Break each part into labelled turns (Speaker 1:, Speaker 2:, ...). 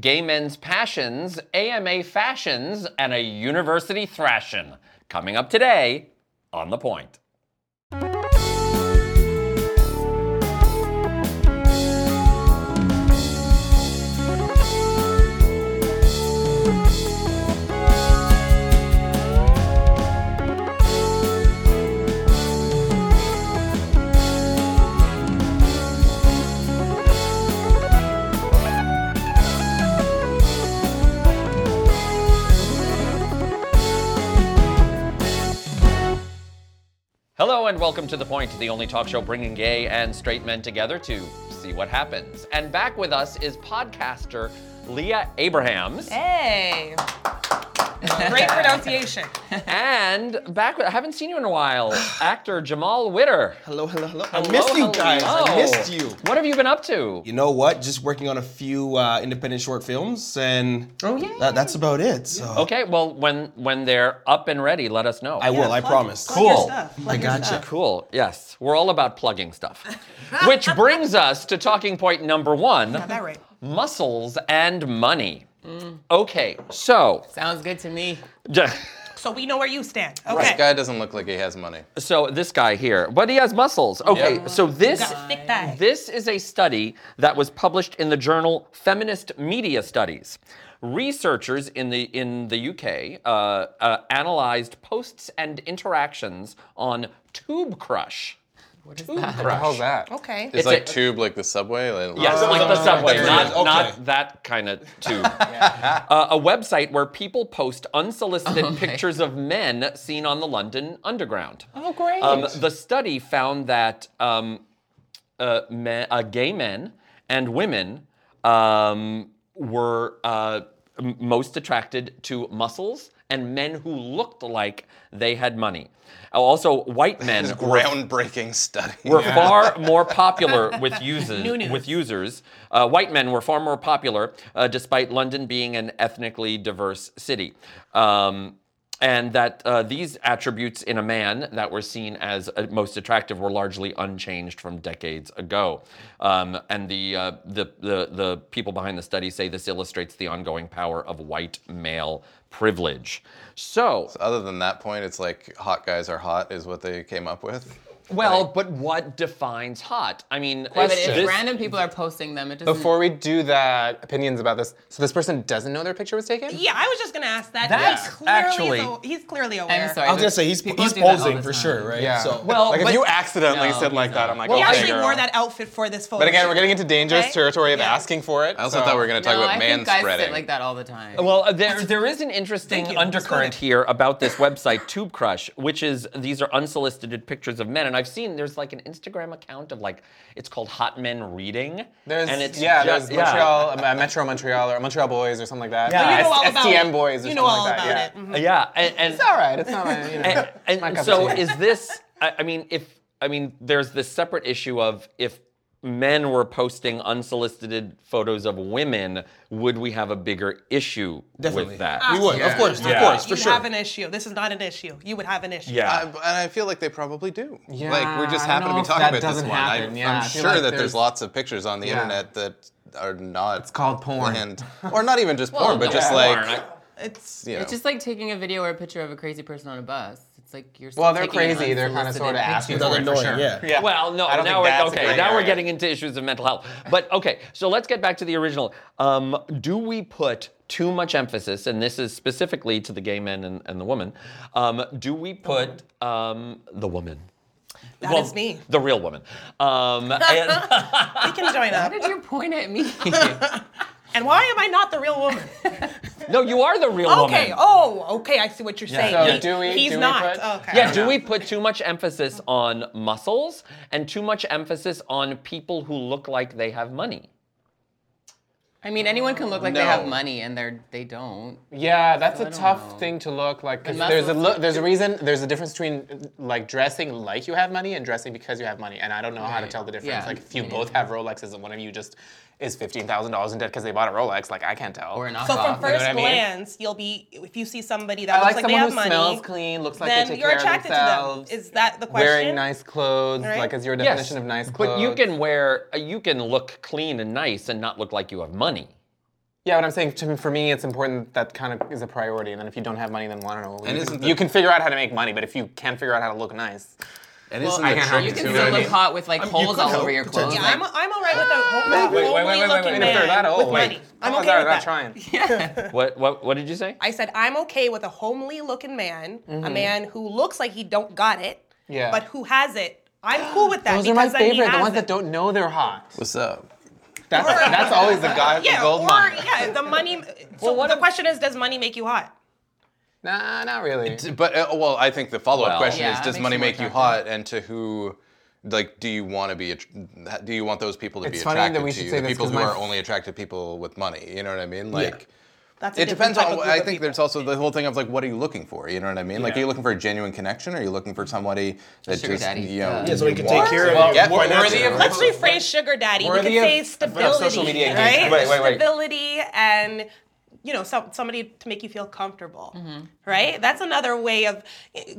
Speaker 1: Gay men's passions, AMA fashions, and a university thrashing. Coming up today on The Point. Hello and welcome to The Point, the only talk show bringing gay and straight men together to see what happens. And back with us is podcaster Leah Abrahams.
Speaker 2: Hey.
Speaker 3: Great pronunciation.
Speaker 1: And back with, I haven't seen you in a while, actor Jamal Witter.
Speaker 4: Hello, hello, hello. I missed you guys. I missed you.
Speaker 1: What have you been up to?
Speaker 4: You know what? Just working on a few uh, independent short films, and
Speaker 1: Oh, yay.
Speaker 4: that- that's about it. So
Speaker 1: Okay, well, when when they're up and ready, let us know.
Speaker 4: I will. I promise.
Speaker 3: plug your Cool. stuff, plug
Speaker 4: I
Speaker 3: your
Speaker 4: gotcha.
Speaker 3: stuff.
Speaker 1: Cool. Yes, we're all about plugging stuff. Which brings us to talking point number one:
Speaker 3: that right.
Speaker 1: muscles and money. Okay, so
Speaker 2: Sounds good to me.
Speaker 1: j-
Speaker 3: So we know where you stand.
Speaker 5: This
Speaker 3: Okay.
Speaker 5: guy doesn't look like he has money.
Speaker 1: so this guy here, but he has muscles. Okay,
Speaker 5: Yeah.
Speaker 1: so this
Speaker 3: Got a thick thigh.
Speaker 1: This is a study that was published in the journal Feminist Media Studies. Researchers in the in the UK uh, uh, analyzed posts and interactions on Tube Crush. What is tube that? Crush.
Speaker 5: How's that?
Speaker 2: Okay.
Speaker 5: It's,
Speaker 1: It's
Speaker 5: like
Speaker 1: a-
Speaker 5: tube, like the subway. Like,
Speaker 1: Yes, like the subway,
Speaker 4: okay.
Speaker 1: not,
Speaker 4: Okay.
Speaker 1: not that kind of tube. Uh, a website where people post unsolicited pictures of men seen on the London Underground.
Speaker 2: Oh, great.
Speaker 1: Um, the study found that um, uh, men, uh, gay men and women um, were uh, m- most attracted to muscles and men who looked like they had money. Also, white men
Speaker 5: It's
Speaker 1: were
Speaker 5: groundbreaking study.
Speaker 1: were far more popular with users.
Speaker 3: New news.
Speaker 1: With users, Uh, white men were far more popular, uh, despite London being an ethnically diverse city. Um, and that uh, these attributes in a man that were seen as uh, most attractive were largely unchanged from decades ago. Um, and the, uh, the, the, the people behind the study say this illustrates the ongoing power of white male privilege. So,
Speaker 5: Other than that point, it's like hot guys are hot is what they came up with.
Speaker 1: well, but what defines hot? I mean,
Speaker 2: but
Speaker 1: it's-
Speaker 2: if
Speaker 1: this-
Speaker 2: random people are posting them, it doesn't.
Speaker 6: Before we do that, opinions about this. So this person doesn't know their picture was taken?
Speaker 3: Yeah, I was just gonna ask that.
Speaker 1: That's
Speaker 3: he's clearly
Speaker 1: actually-
Speaker 3: aw- he's clearly aware.
Speaker 2: I'm sorry.
Speaker 4: I was gonna say he's
Speaker 2: People
Speaker 4: he's
Speaker 2: do that all
Speaker 4: posing
Speaker 2: the
Speaker 4: for
Speaker 2: time.
Speaker 4: sure, right?
Speaker 6: Yeah.
Speaker 4: So
Speaker 1: Well,
Speaker 6: like
Speaker 1: but-
Speaker 6: if you accidentally
Speaker 2: No,
Speaker 6: said like that, I'm like,
Speaker 3: He
Speaker 6: okay,
Speaker 3: actually
Speaker 6: girl.
Speaker 3: wore that outfit for this photo.
Speaker 6: But again,
Speaker 3: shoot.
Speaker 6: we're getting into dangerous
Speaker 3: Okay?
Speaker 6: territory of
Speaker 3: Yeah.
Speaker 6: asking for it.
Speaker 5: I also thought we were going to talk
Speaker 2: no,
Speaker 5: about
Speaker 2: I
Speaker 5: man
Speaker 2: think guys
Speaker 5: spreading.
Speaker 2: sit like that all the time.
Speaker 1: Well, uh, there there is an interesting
Speaker 3: Thank you.
Speaker 1: undercurrent
Speaker 3: Sorry.
Speaker 1: here about this website Tube Crush, which is these are unsolicited pictures of men, and I've seen there's like an Instagram account of like it's called Hot Men Reading,
Speaker 6: There's,
Speaker 1: and it's
Speaker 6: yeah,
Speaker 1: ju-
Speaker 6: there's
Speaker 1: yeah.
Speaker 6: Montreal, uh, Metro Montreal or Montreal Boys or something like that.
Speaker 1: Yeah.
Speaker 3: you know
Speaker 6: S-
Speaker 3: all about
Speaker 6: STM
Speaker 3: it.
Speaker 6: Boys or
Speaker 3: You
Speaker 6: something
Speaker 3: know all
Speaker 6: like that.
Speaker 3: about
Speaker 6: yeah.
Speaker 3: it. Mhm.
Speaker 1: yeah, and, and
Speaker 6: It's all right. It's not my, you know.
Speaker 1: and, and
Speaker 6: my cup of
Speaker 1: so
Speaker 6: tea.
Speaker 1: is this I, I mean if i mean there's this separate issue of if men were posting unsolicited photos of women would we have a bigger issue
Speaker 4: Definitely.
Speaker 1: with that
Speaker 4: we would, of course, of course, for
Speaker 3: You'd
Speaker 4: sure.
Speaker 3: have an issue. This is not an issue. You would have an issue.
Speaker 1: yeah
Speaker 5: I, and I feel like they probably do.
Speaker 6: Yeah,
Speaker 5: like we just
Speaker 6: I
Speaker 5: happen
Speaker 6: don't know
Speaker 5: to
Speaker 6: if
Speaker 5: be talking
Speaker 6: that
Speaker 5: about this
Speaker 6: doesn't
Speaker 5: one.
Speaker 6: happen,
Speaker 5: I,
Speaker 6: yeah, I
Speaker 5: I'm
Speaker 6: feel
Speaker 5: sure
Speaker 6: like
Speaker 5: that there's,
Speaker 6: there's-
Speaker 5: lots of pictures on the
Speaker 6: Yeah.
Speaker 5: internet that are not. It's
Speaker 6: called porn.
Speaker 5: or not even just porn, but just
Speaker 1: Yeah.
Speaker 5: like
Speaker 1: Lauren, I-
Speaker 3: It's
Speaker 5: you know.
Speaker 2: it's just like taking a video or a picture of a crazy person on a bus. It's like you're.
Speaker 6: Well, they're
Speaker 2: taking an
Speaker 6: crazy. They're kind of sort of
Speaker 2: unsolicited
Speaker 6: asking
Speaker 2: picture.
Speaker 6: for it for
Speaker 4: Annoying,
Speaker 6: sure.
Speaker 4: yeah.
Speaker 1: Well, no,
Speaker 6: I don't
Speaker 1: now
Speaker 6: think
Speaker 1: we're
Speaker 6: that's a
Speaker 1: okay.
Speaker 6: gray
Speaker 1: Now we're
Speaker 6: area.
Speaker 1: getting into issues of mental health. But okay, so let's get back to the original. Um, do we put too much emphasis, and this is specifically to the gay men and, and the woman, um, do we put um, the woman?
Speaker 3: that is
Speaker 1: Well,
Speaker 3: me.
Speaker 1: The real woman. Um, and-
Speaker 3: He can join up.
Speaker 2: Why did you point at me?
Speaker 3: And why am I not the real woman?
Speaker 1: no, you are the real woman.
Speaker 3: okay. Oh, okay. I see what you're saying.
Speaker 6: So
Speaker 3: He-
Speaker 6: do we-
Speaker 3: he's
Speaker 6: do we
Speaker 3: not.
Speaker 6: put-
Speaker 3: okay.
Speaker 1: Yeah, do we put too much emphasis on muscles and too much emphasis on people who look like they have money?
Speaker 2: I mean, anyone can look like they
Speaker 5: No.
Speaker 2: have money and they're they don't.
Speaker 6: Yeah, that's a
Speaker 2: don't
Speaker 6: tough
Speaker 2: know.
Speaker 6: thing to look like. 'cause
Speaker 2: And
Speaker 6: there's a
Speaker 2: muscles-
Speaker 6: look, there's a reason. There's a difference between uh, like dressing like you have money and dressing because you have money. And I don't know how to
Speaker 2: Right.
Speaker 6: tell the difference.
Speaker 2: Yeah.
Speaker 6: Like if you
Speaker 2: Yeah.
Speaker 6: both have Rolexes and one of you just is fifteen thousand dollars in debt because they bought a Rolex, like I can't tell.
Speaker 2: Or not.
Speaker 3: So
Speaker 2: off,
Speaker 3: from
Speaker 2: you know what
Speaker 3: first
Speaker 6: I mean?
Speaker 3: glance, you'll be if you see somebody that
Speaker 6: I
Speaker 3: looks
Speaker 6: like
Speaker 3: like, they have
Speaker 6: someone who
Speaker 3: money,
Speaker 6: smells clean, looks like
Speaker 3: then
Speaker 6: they take
Speaker 3: you're
Speaker 6: care
Speaker 3: attracted
Speaker 6: of themselves.
Speaker 3: to them. Is that the question?
Speaker 6: Wearing nice clothes,
Speaker 3: Right?
Speaker 6: like is your definition of nice clothes.
Speaker 1: uh, But you can wear, you can look clean and nice and not look like you have money.
Speaker 6: Yeah, what I'm saying to, for me, it's important that kind of is a priority. And then if you don't have money, then want to know.
Speaker 5: And
Speaker 6: you,
Speaker 5: isn't
Speaker 6: can,
Speaker 5: the-
Speaker 6: you can figure out how to make money, but if you can't figure out how to look nice,
Speaker 5: And
Speaker 6: Well,
Speaker 5: isn't
Speaker 6: I
Speaker 5: the
Speaker 6: can't
Speaker 5: trick
Speaker 6: help
Speaker 2: You
Speaker 6: it,
Speaker 2: can
Speaker 5: too,
Speaker 6: too.
Speaker 2: still
Speaker 5: I
Speaker 2: look
Speaker 5: mean-
Speaker 2: hot with like
Speaker 4: I'm- you
Speaker 2: holes
Speaker 4: could
Speaker 2: all
Speaker 4: help,
Speaker 2: over your clothes.
Speaker 4: potentially.
Speaker 3: Yeah,
Speaker 2: like-
Speaker 3: I'm, I'm all right with a ho-
Speaker 6: wait, wait, wait,
Speaker 3: homely
Speaker 6: wait, wait,
Speaker 3: looking
Speaker 6: wait. If they're
Speaker 3: man
Speaker 6: that old,
Speaker 3: with
Speaker 6: wait.
Speaker 3: money. I'm
Speaker 6: Oh,
Speaker 3: okay
Speaker 6: they're
Speaker 3: with
Speaker 6: not
Speaker 3: that.
Speaker 6: trying.
Speaker 1: What what what did you say?
Speaker 3: I said I'm okay with a homely looking man, a man who looks like he don't got it,
Speaker 6: Mm-hmm. Yeah.
Speaker 3: but who has it. I'm cool with that
Speaker 6: Those are
Speaker 3: because
Speaker 6: my
Speaker 3: then he
Speaker 6: favorite. The
Speaker 3: has
Speaker 6: ones
Speaker 3: it.
Speaker 6: that don't know they're hot.
Speaker 5: What's up?
Speaker 6: That's, that's always the guy.
Speaker 3: Yeah,
Speaker 5: gold
Speaker 3: or
Speaker 5: mine.
Speaker 3: yeah, the money. So
Speaker 1: what
Speaker 3: the
Speaker 1: if-
Speaker 3: question is, does money make you hot?
Speaker 6: Nah, not really.
Speaker 5: But uh, well, I think the follow-up
Speaker 1: Well-
Speaker 5: question
Speaker 2: Yeah,
Speaker 5: is:
Speaker 2: it
Speaker 5: Does
Speaker 2: makes
Speaker 5: money
Speaker 2: you more
Speaker 5: make you hot? And to who? Like, do you want to be? att- Do you want those people to be
Speaker 6: It's funny that
Speaker 5: attracted
Speaker 6: we
Speaker 5: to
Speaker 6: should
Speaker 5: you?
Speaker 6: say
Speaker 5: The
Speaker 6: this
Speaker 5: people
Speaker 6: 'cause
Speaker 5: who
Speaker 6: my
Speaker 5: are
Speaker 6: f-
Speaker 5: only attracted people with money. You know what I mean? Like.
Speaker 3: That's a
Speaker 5: It
Speaker 3: different
Speaker 5: depends
Speaker 3: type
Speaker 5: on.
Speaker 3: of group
Speaker 5: I
Speaker 3: of
Speaker 5: think
Speaker 3: people.
Speaker 5: there's also the whole thing of like, what are you looking for? You know what I mean? Like, are you looking for a genuine connection, or are you looking for somebody that
Speaker 2: sugar
Speaker 5: just
Speaker 2: daddy.
Speaker 5: you know?
Speaker 4: Yeah, so he can take care of
Speaker 5: Well,
Speaker 4: you.
Speaker 5: yeah,
Speaker 4: Wor-
Speaker 5: financially.
Speaker 4: worthy of-
Speaker 3: Let's rephrase sugar daddy. We could
Speaker 6: Worthy of-
Speaker 3: say
Speaker 6: of
Speaker 3: stability,
Speaker 6: social media
Speaker 3: right?
Speaker 6: engagement. Wait, wait, wait.
Speaker 3: Stability and you know, some, somebody to make you feel comfortable, right? That's another way of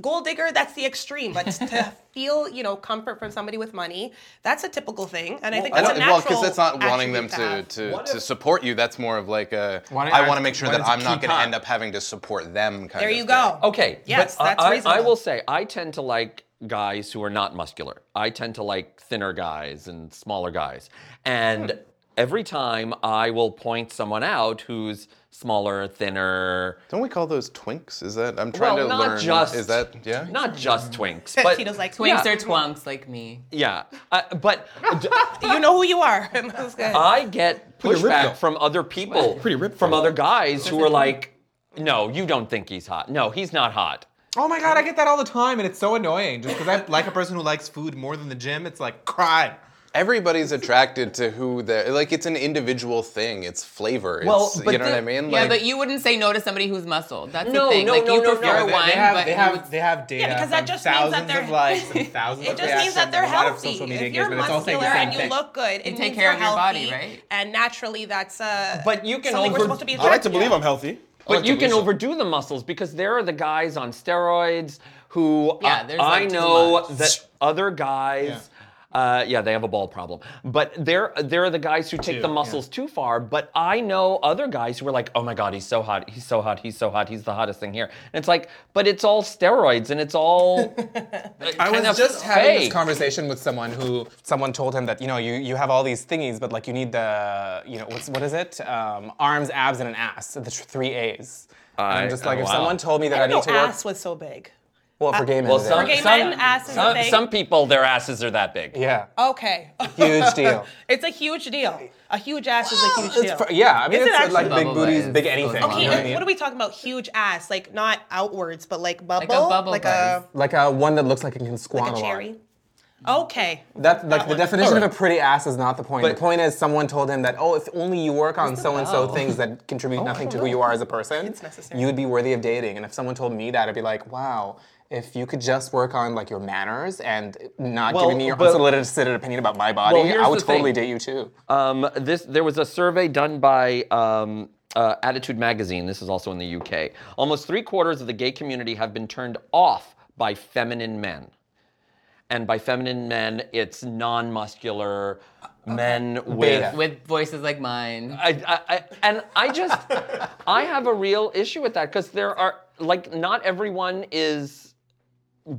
Speaker 3: gold digger. That's the extreme, but to feel you know comfort from somebody with money, that's a typical thing, and I think
Speaker 5: I
Speaker 3: that's a
Speaker 5: don't,
Speaker 3: natural.
Speaker 5: well, because that's not wanting them
Speaker 3: attribute
Speaker 5: to
Speaker 3: have.
Speaker 5: to, to support you. That's more of like a
Speaker 6: Why don't
Speaker 5: I
Speaker 6: I-
Speaker 5: want to make sure
Speaker 6: why
Speaker 5: that
Speaker 6: don't you
Speaker 5: I'm not
Speaker 6: keep
Speaker 5: going to
Speaker 6: hot?
Speaker 5: end up having to support them. Kind
Speaker 3: There
Speaker 5: of
Speaker 3: you go.
Speaker 5: thing.
Speaker 1: Okay.
Speaker 3: Yes,
Speaker 1: but I-
Speaker 3: that's
Speaker 1: I, I,
Speaker 3: reasonable.
Speaker 1: will say I tend to like guys who are not muscular. I tend to like thinner guys and smaller guys. And
Speaker 5: Hmm.
Speaker 1: every time I will point someone out who's smaller, thinner.
Speaker 5: Don't we call those twinks? Is that I'm trying
Speaker 1: well,
Speaker 5: to
Speaker 1: not
Speaker 5: learn?
Speaker 1: just
Speaker 5: is that yeah?
Speaker 1: Not just twinks, but
Speaker 3: Mm-hmm. Tito's like
Speaker 2: Twinks
Speaker 1: Yeah.
Speaker 2: or twunks like me.
Speaker 1: yeah. Uh, but d-
Speaker 3: you know who you are. That's good.
Speaker 1: I get
Speaker 4: Pretty ripped though.
Speaker 1: pushback from other people,
Speaker 4: Pretty ripped
Speaker 1: from
Speaker 4: though.
Speaker 1: other guys who are like, "No, you don't think he's hot. No, he's not hot."
Speaker 7: Oh my god, I get that all the time, and it's so annoying. Just because I like a person who likes food more than the gym, it's like cry.
Speaker 5: Everybody's attracted to who they're like. It's an individual thing. It's flavor. It's,
Speaker 1: Well, but
Speaker 5: you know what I
Speaker 1: the-
Speaker 5: mean?
Speaker 2: Yeah,
Speaker 5: like,
Speaker 2: but you wouldn't say no to somebody who's muscled. That's
Speaker 1: No,
Speaker 2: the thing.
Speaker 1: no,
Speaker 2: like
Speaker 1: no,
Speaker 2: you
Speaker 1: no, no.
Speaker 2: prefer
Speaker 1: They- they
Speaker 2: one,
Speaker 7: they have
Speaker 2: but
Speaker 7: they
Speaker 2: you
Speaker 7: have
Speaker 2: would-
Speaker 7: they have data
Speaker 3: because that
Speaker 7: from
Speaker 3: just means that
Speaker 7: thousands
Speaker 3: they're-
Speaker 7: of likes and thousands
Speaker 3: It
Speaker 7: of
Speaker 3: just means
Speaker 7: reactions
Speaker 3: that they're
Speaker 7: and a lot of
Speaker 3: healthy.
Speaker 7: social media
Speaker 3: If you're
Speaker 7: engagement, it's all saying
Speaker 3: muscular
Speaker 7: the same
Speaker 3: and you
Speaker 7: thing.
Speaker 3: look good, it
Speaker 2: You take
Speaker 3: means
Speaker 2: care
Speaker 3: you're
Speaker 2: of your body,
Speaker 3: healthy,
Speaker 2: right?
Speaker 3: And naturally, that's uh,
Speaker 1: But you can
Speaker 3: something we're
Speaker 1: over-
Speaker 3: supposed to be.
Speaker 4: I like to
Speaker 3: attracted
Speaker 4: believe I'm healthy.
Speaker 1: But you can overdo the muscles because there are the guys on steroids who
Speaker 2: Yeah,
Speaker 1: uh,
Speaker 2: there's,
Speaker 1: I
Speaker 2: like, too
Speaker 1: know
Speaker 2: much.
Speaker 1: that other guys. Uh, yeah, they have a ball problem, but there there are the guys who take the muscles too far. But I know other guys who are like, "Oh my God, he's so hot, he's so hot, he's so hot, he's the hottest thing here." And it's like, but it's all steroids and it's all.
Speaker 6: I
Speaker 1: kind of
Speaker 6: was just having
Speaker 1: fake.
Speaker 6: this conversation with someone who someone told him that you know you you have all these thingies, but like you need the you know what's what is it um, arms, abs, and an ass, the tr- three A's. And
Speaker 1: I-
Speaker 6: I'm just like
Speaker 1: oh,
Speaker 6: if
Speaker 1: wow.
Speaker 6: someone told me that I,
Speaker 3: I
Speaker 6: need
Speaker 3: didn't
Speaker 6: to
Speaker 3: know
Speaker 6: work
Speaker 3: ass was so big.
Speaker 6: well for gay men.
Speaker 1: Well,
Speaker 6: it is.
Speaker 1: some
Speaker 3: gay
Speaker 1: some,
Speaker 3: men, ass is a
Speaker 1: some,
Speaker 3: thing.
Speaker 1: some people their asses are that big.
Speaker 6: yeah.
Speaker 3: Oh. Okay.
Speaker 6: Huge deal.
Speaker 3: it's a huge deal. A huge ass is a huge
Speaker 6: It's
Speaker 3: deal.
Speaker 6: fr- yeah, I mean
Speaker 3: Is it
Speaker 6: it's
Speaker 3: actually-
Speaker 6: like big
Speaker 2: Bubble
Speaker 6: booties,
Speaker 2: is-
Speaker 6: big anything.
Speaker 2: Okay,
Speaker 6: you know what I
Speaker 3: Okay,
Speaker 6: mean?
Speaker 3: what are we talking about? Huge ass, like not outwards, but like bubble,
Speaker 2: bubble
Speaker 3: like
Speaker 2: butt.
Speaker 3: a,
Speaker 6: like a one that looks like it can
Speaker 3: like
Speaker 6: squat
Speaker 3: a
Speaker 6: a lot.
Speaker 3: cherry. Okay.
Speaker 6: That's like the
Speaker 3: one.
Speaker 6: definition
Speaker 4: Alright.
Speaker 6: of a pretty ass is not the point.
Speaker 1: But-
Speaker 6: the point is someone told him that oh, if only you work on so and so
Speaker 2: bell?
Speaker 6: things that contribute nothing to who you are as a person,
Speaker 3: oh. It's necessary.
Speaker 6: you would be worthy of dating. And if someone told me that, I'd be like, wow. If you could just work on like your manners and not
Speaker 1: Well,
Speaker 6: giving me your
Speaker 1: but-
Speaker 6: unsolicited opinion about my body,
Speaker 1: Well, here's
Speaker 6: I would
Speaker 1: the thing.
Speaker 6: totally date you too.
Speaker 1: Um, this there was a survey done by um, uh, Attitude Magazine. This is also in the UK. Almost three quarters of the gay community have been turned off by feminine men, and by feminine men, it's non-muscular men with.
Speaker 6: Beta.
Speaker 2: with voices like mine.
Speaker 1: I, I, I, and I just, I have a real issue with that because there are like not everyone is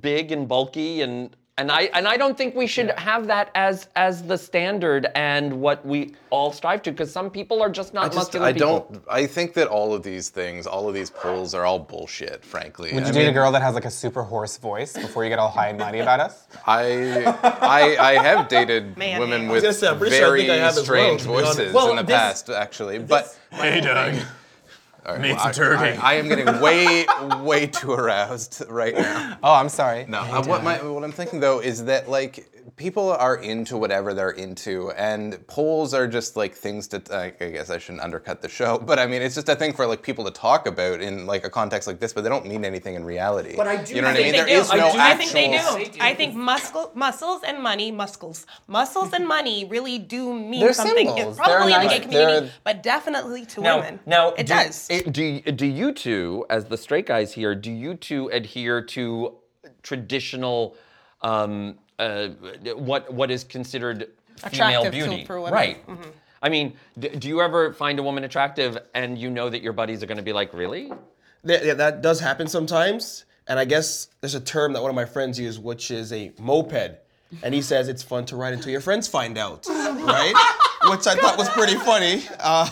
Speaker 1: big and bulky and and I and I don't think we should have that as as the standard and what we all strive to because some people are just not
Speaker 5: I just,
Speaker 1: muscular
Speaker 5: I
Speaker 1: people.
Speaker 5: don't. I think that all of these things, all of these polls, are all bullshit. Frankly,
Speaker 6: Would you
Speaker 5: I
Speaker 6: date a
Speaker 5: mean,
Speaker 6: girl that has like a super hoarse voice before you get all high and mighty about us?
Speaker 5: I, I, I have dated
Speaker 3: Man,
Speaker 5: women
Speaker 3: man. I was
Speaker 5: with
Speaker 4: gonna say, I'm pretty sure I
Speaker 5: very
Speaker 4: think I have as well,
Speaker 5: strange
Speaker 4: to be honest.
Speaker 5: voices
Speaker 1: Well,
Speaker 5: in the
Speaker 1: this-
Speaker 5: past, actually. But
Speaker 7: Hey, Doug.
Speaker 5: All right,
Speaker 7: Make
Speaker 5: well,
Speaker 7: some
Speaker 5: I-
Speaker 7: turkey.
Speaker 5: I, I am getting way, way too aroused right now.
Speaker 6: Oh, I'm sorry.
Speaker 5: No, uh, what my what I'm thinking though is that like people are into whatever they're into, and polls are just like things to. I I guess I shouldn't undercut the show, but I mean it's just a thing for like people to talk about in like a context like this, but they don't mean anything in reality. But
Speaker 7: I do
Speaker 5: You know what I mean?
Speaker 3: think they
Speaker 5: There
Speaker 3: do.
Speaker 5: is no
Speaker 1: do.
Speaker 5: actual.
Speaker 3: I think they
Speaker 2: actual- They
Speaker 3: do.
Speaker 2: do.
Speaker 3: I think muscle, muscles and money, muscles, muscles and money really do mean
Speaker 6: They're
Speaker 3: something.
Speaker 6: symbols. They're
Speaker 3: Probably in the
Speaker 6: nice-
Speaker 3: gay community,
Speaker 6: they're-
Speaker 3: but definitely to women.
Speaker 1: Now,
Speaker 3: it
Speaker 1: do,
Speaker 3: does.
Speaker 1: it- do y- do you two, as the straight guys here, do you two adhere to traditional, um, uh, what what is considered female
Speaker 3: Attractive to-
Speaker 1: beauty?
Speaker 3: for women. Mm-hmm.
Speaker 1: Right. I mean, d- do you ever find a woman attractive and you know that your buddies are going to be like, really? Uh,
Speaker 4: Th- yeah, that does happen sometimes. And I guess there's a term that one of my friends used, which is a moped. And he says it's fun to ride until your friends find out, right? Which I thought was pretty funny. Uh,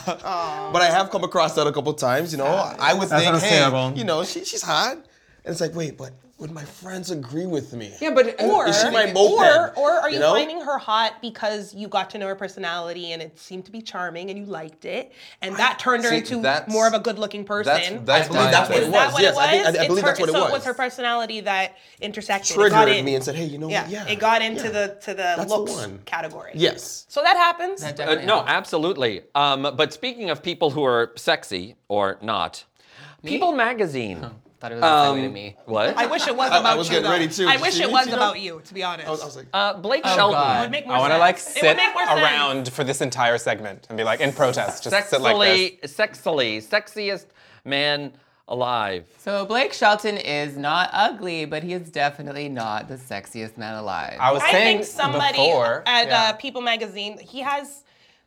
Speaker 4: but I have come across that a couple times. You know, I would think, hey,
Speaker 7: understandable.
Speaker 4: you know, she, she's hot. And it's like, wait, but would my friends agree with me?
Speaker 2: Yeah, but
Speaker 3: Or,
Speaker 4: uh, Is she my moped?
Speaker 3: or, or are you,
Speaker 4: You know?
Speaker 3: finding her hot because you got to know her personality and it seemed to be charming and you liked it and that turned her
Speaker 5: See,
Speaker 3: into
Speaker 5: that's-
Speaker 3: more of a good-looking
Speaker 5: That's
Speaker 3: person?
Speaker 5: that's
Speaker 4: believe
Speaker 5: my
Speaker 4: that's what it
Speaker 3: Is
Speaker 5: opinion.
Speaker 3: that
Speaker 4: was.
Speaker 3: what
Speaker 4: Yes,
Speaker 3: it was?
Speaker 4: I think- I- I
Speaker 3: It's
Speaker 4: believe
Speaker 3: her-
Speaker 4: that's what it
Speaker 3: so
Speaker 4: was.
Speaker 3: her personality that intersected. It got
Speaker 4: Triggered
Speaker 3: in.
Speaker 4: me and said, hey, you know
Speaker 3: Yeah,
Speaker 4: what? Yeah.
Speaker 3: it got into the to the
Speaker 4: That's the
Speaker 3: looks
Speaker 4: one.
Speaker 3: category.
Speaker 4: Yes.
Speaker 3: So that happens.
Speaker 2: That
Speaker 1: Uh,
Speaker 2: definitely
Speaker 1: no,
Speaker 2: happens.
Speaker 1: absolutely. Um, but speaking of people who are sexy or not, People Magazine.
Speaker 2: thought it was a segue to
Speaker 1: Um,
Speaker 2: me.
Speaker 1: What?
Speaker 3: I wish it was
Speaker 4: I
Speaker 3: about
Speaker 4: was
Speaker 3: you.
Speaker 4: getting
Speaker 3: though.
Speaker 4: ready too.
Speaker 3: I
Speaker 4: Did
Speaker 3: wish
Speaker 4: you
Speaker 3: it
Speaker 4: read
Speaker 3: was
Speaker 4: you know?
Speaker 3: about you, to be honest.
Speaker 4: I was, I was like,
Speaker 1: uh, Blake
Speaker 2: Oh,
Speaker 1: Shelton.
Speaker 2: God.
Speaker 3: make more
Speaker 6: I want to
Speaker 3: sense. It
Speaker 6: like
Speaker 3: would
Speaker 6: sit
Speaker 3: make more sense.
Speaker 6: around for this entire segment and be like in protest, just sit like this.
Speaker 1: Sexily, sexily, sexiest man alive.
Speaker 2: So Blake Shelton is not ugly, but he is definitely not the sexiest man alive.
Speaker 6: I was
Speaker 3: I
Speaker 6: saying
Speaker 3: think somebody
Speaker 6: before,
Speaker 3: at
Speaker 6: yeah.
Speaker 3: uh, People Magazine, he has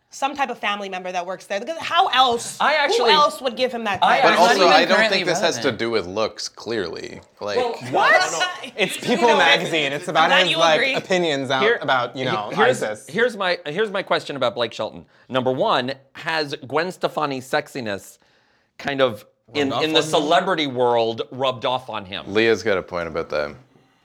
Speaker 3: some type of family member that works there. Because how else?
Speaker 1: I actually-
Speaker 3: who else would give him that?
Speaker 1: I
Speaker 3: Title?
Speaker 5: But
Speaker 1: It's not
Speaker 5: also,
Speaker 2: even
Speaker 5: I don't
Speaker 2: currently
Speaker 5: think this has to
Speaker 2: relevant.
Speaker 5: do with looks. Clearly, like
Speaker 3: what?
Speaker 6: it's People Magazine. It's about
Speaker 3: glad
Speaker 6: his
Speaker 3: you
Speaker 6: like
Speaker 3: agree.
Speaker 6: opinions out
Speaker 1: Here-
Speaker 6: about you know
Speaker 1: here's,
Speaker 6: ISIS.
Speaker 1: Here's my here's my question about Blake Shelton. Number one, has Gwen Stefani's sexiness kind of in,
Speaker 4: off
Speaker 1: in the
Speaker 4: on him?
Speaker 1: celebrity world rubbed off on him?
Speaker 5: Leah's got a point about that.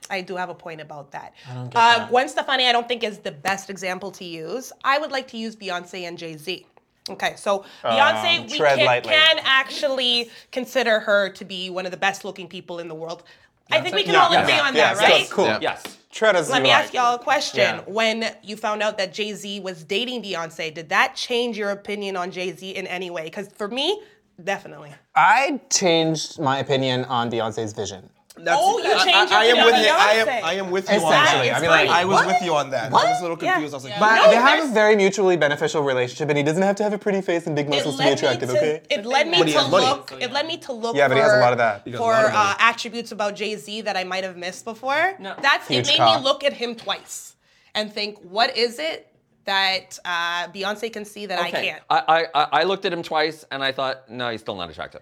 Speaker 3: I do have a point about that. I don't get uh, Gwen Stefani, I don't think is the best example to use. I would like to use Beyonce and Jay Z. Okay, so Beyonce, we
Speaker 6: Um, tread
Speaker 3: can,
Speaker 6: lightly.
Speaker 3: can actually consider her to be one of the best looking people in the world. I think we can all agree on
Speaker 6: yeah,
Speaker 3: that, right?
Speaker 6: Yes, cool.
Speaker 5: Yeah.
Speaker 1: Yes.
Speaker 6: Tread as
Speaker 3: Let
Speaker 6: you
Speaker 3: me
Speaker 6: like.
Speaker 3: ask y'all a question.
Speaker 6: Yeah.
Speaker 3: When you found out that Jay Z was dating Beyonce, did that change your opinion on Jay Z in any way? Because for me, definitely.
Speaker 6: I changed my opinion on Beyonce's vision.
Speaker 4: that's,
Speaker 3: Oh, you changed
Speaker 4: I, I
Speaker 3: your
Speaker 4: am with
Speaker 3: opinion
Speaker 4: you.
Speaker 3: on
Speaker 4: I am,
Speaker 3: Beyonce.
Speaker 4: I am with you on
Speaker 6: Essentially,
Speaker 4: that.
Speaker 6: I mean, like,
Speaker 4: I was
Speaker 3: What?
Speaker 4: with you on that. I was a little
Speaker 3: Yeah.
Speaker 4: confused. I was like,
Speaker 6: But
Speaker 3: No,
Speaker 6: they have
Speaker 3: there's-
Speaker 6: a very mutually beneficial relationship, and he doesn't have to have a pretty face and big muscles to be attractive.
Speaker 3: me to,
Speaker 6: okay.
Speaker 3: It led me
Speaker 4: But he
Speaker 3: to
Speaker 4: has money.
Speaker 3: look. It led me to look.
Speaker 6: Yeah, but
Speaker 3: for,
Speaker 6: he has a lot of that. He
Speaker 4: does a
Speaker 3: for
Speaker 4: lot of
Speaker 3: uh,
Speaker 4: money.
Speaker 3: attributes about Jay Z that I might have missed before. No. That's
Speaker 6: Huge
Speaker 3: it. Made
Speaker 6: cock.
Speaker 3: me look at him twice and think, what is it that uh, Beyonce can see that I can't?
Speaker 1: I, I I looked at him twice and I thought, no, he's still not attractive.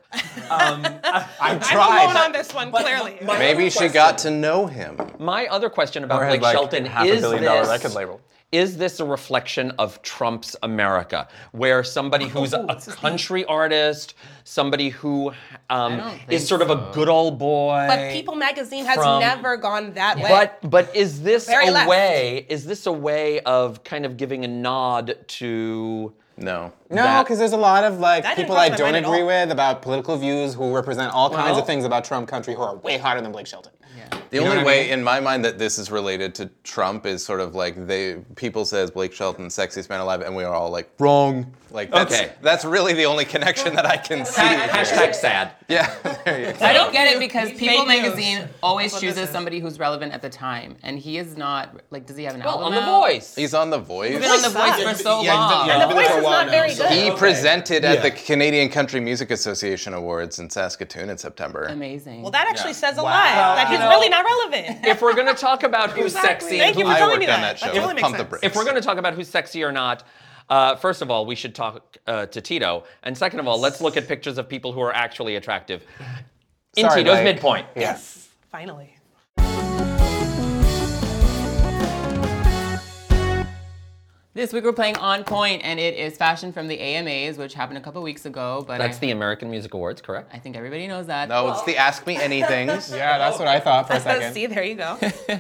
Speaker 6: I
Speaker 3: I'm alone
Speaker 6: tried.
Speaker 3: on this one, clearly.
Speaker 5: Maybe she got to know him.
Speaker 1: My other question about
Speaker 6: Or had,
Speaker 1: Blake
Speaker 6: like,
Speaker 1: Shelton
Speaker 6: half a
Speaker 1: is
Speaker 6: billion dollar
Speaker 1: this,
Speaker 6: record label.
Speaker 1: is this a reflection of Trump's America, where
Speaker 6: Oh,
Speaker 1: somebody who's a country artist, somebody who um, is sort of a good old boy,
Speaker 3: but People Magazine has
Speaker 1: From-
Speaker 3: never gone that way.
Speaker 1: But but is this
Speaker 3: Very
Speaker 1: a
Speaker 3: left.
Speaker 1: way? Is this a way of kind of giving a nod to?
Speaker 5: No.
Speaker 6: No, because there's a lot of like
Speaker 3: That didn't
Speaker 6: people
Speaker 3: cross
Speaker 6: I
Speaker 3: my
Speaker 6: don't
Speaker 3: mind at
Speaker 6: agree
Speaker 3: all.
Speaker 6: with about political views who represent all kinds
Speaker 1: Well-
Speaker 6: of things about Trump country who are way hotter than Blake Shelton.
Speaker 5: The
Speaker 6: know
Speaker 5: only
Speaker 6: what I
Speaker 5: way in my mind that this is related to Trump is sort of like they people says Blake Shelton sexiest man alive and we are all like wrong. Like that's
Speaker 1: Okay.
Speaker 5: that's really the only connection that I can see.
Speaker 1: Hashtag sad.
Speaker 5: Yeah. there you go.
Speaker 2: I don't get it because People
Speaker 3: news.
Speaker 2: magazine always chooses somebody who's relevant at the time, and he is not. Like, does he have an
Speaker 1: Well,
Speaker 2: album?
Speaker 1: on the
Speaker 2: out?
Speaker 1: Voice.
Speaker 5: He's on the voice.
Speaker 2: He's been on the
Speaker 3: Voice
Speaker 2: voice
Speaker 3: sucks.
Speaker 2: for so
Speaker 4: Yeah, he's been-
Speaker 2: long.
Speaker 4: yeah,
Speaker 3: and the
Speaker 4: I've been there
Speaker 3: voice
Speaker 4: for a
Speaker 3: is
Speaker 4: while
Speaker 3: not
Speaker 4: now,
Speaker 3: very
Speaker 4: so-
Speaker 3: good.
Speaker 5: He presented at
Speaker 4: Yeah.
Speaker 5: the Canadian Country Music Association Awards in Saskatoon in September.
Speaker 2: Amazing.
Speaker 3: well, that actually says a
Speaker 6: Wow.
Speaker 3: lot
Speaker 6: Well,
Speaker 3: that
Speaker 1: you
Speaker 3: he's
Speaker 1: know-
Speaker 3: really not relevant.
Speaker 1: if we're gonna talk about who's
Speaker 3: Exactly.
Speaker 1: sexy,
Speaker 3: Thank you
Speaker 1: and
Speaker 3: for
Speaker 5: I
Speaker 3: telling
Speaker 5: worked
Speaker 3: me
Speaker 5: on
Speaker 3: that. That
Speaker 5: that show.
Speaker 3: totally makes
Speaker 5: Pump the
Speaker 3: sense.
Speaker 5: brakes.
Speaker 1: if we're going to talk about who's sexy or not, uh, first of all, we should talk uh, to Tito, and second of all, let's look at pictures of people who are actually attractive. In
Speaker 6: Sorry,
Speaker 1: Tito's
Speaker 6: Mike.
Speaker 1: midpoint.
Speaker 6: Yes.
Speaker 3: Finally.
Speaker 2: This week we're playing On Point, and it is fashion from the AMAs, which happened a couple weeks ago. But
Speaker 1: That's
Speaker 2: I,
Speaker 1: the American Music Awards, correct?
Speaker 2: I think everybody knows that.
Speaker 5: No, Oh, it's the Ask Me Anythings.
Speaker 6: Yeah, that's what I thought for a
Speaker 3: See,
Speaker 6: second.
Speaker 3: there you go.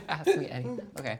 Speaker 2: Ask me anything. Okay.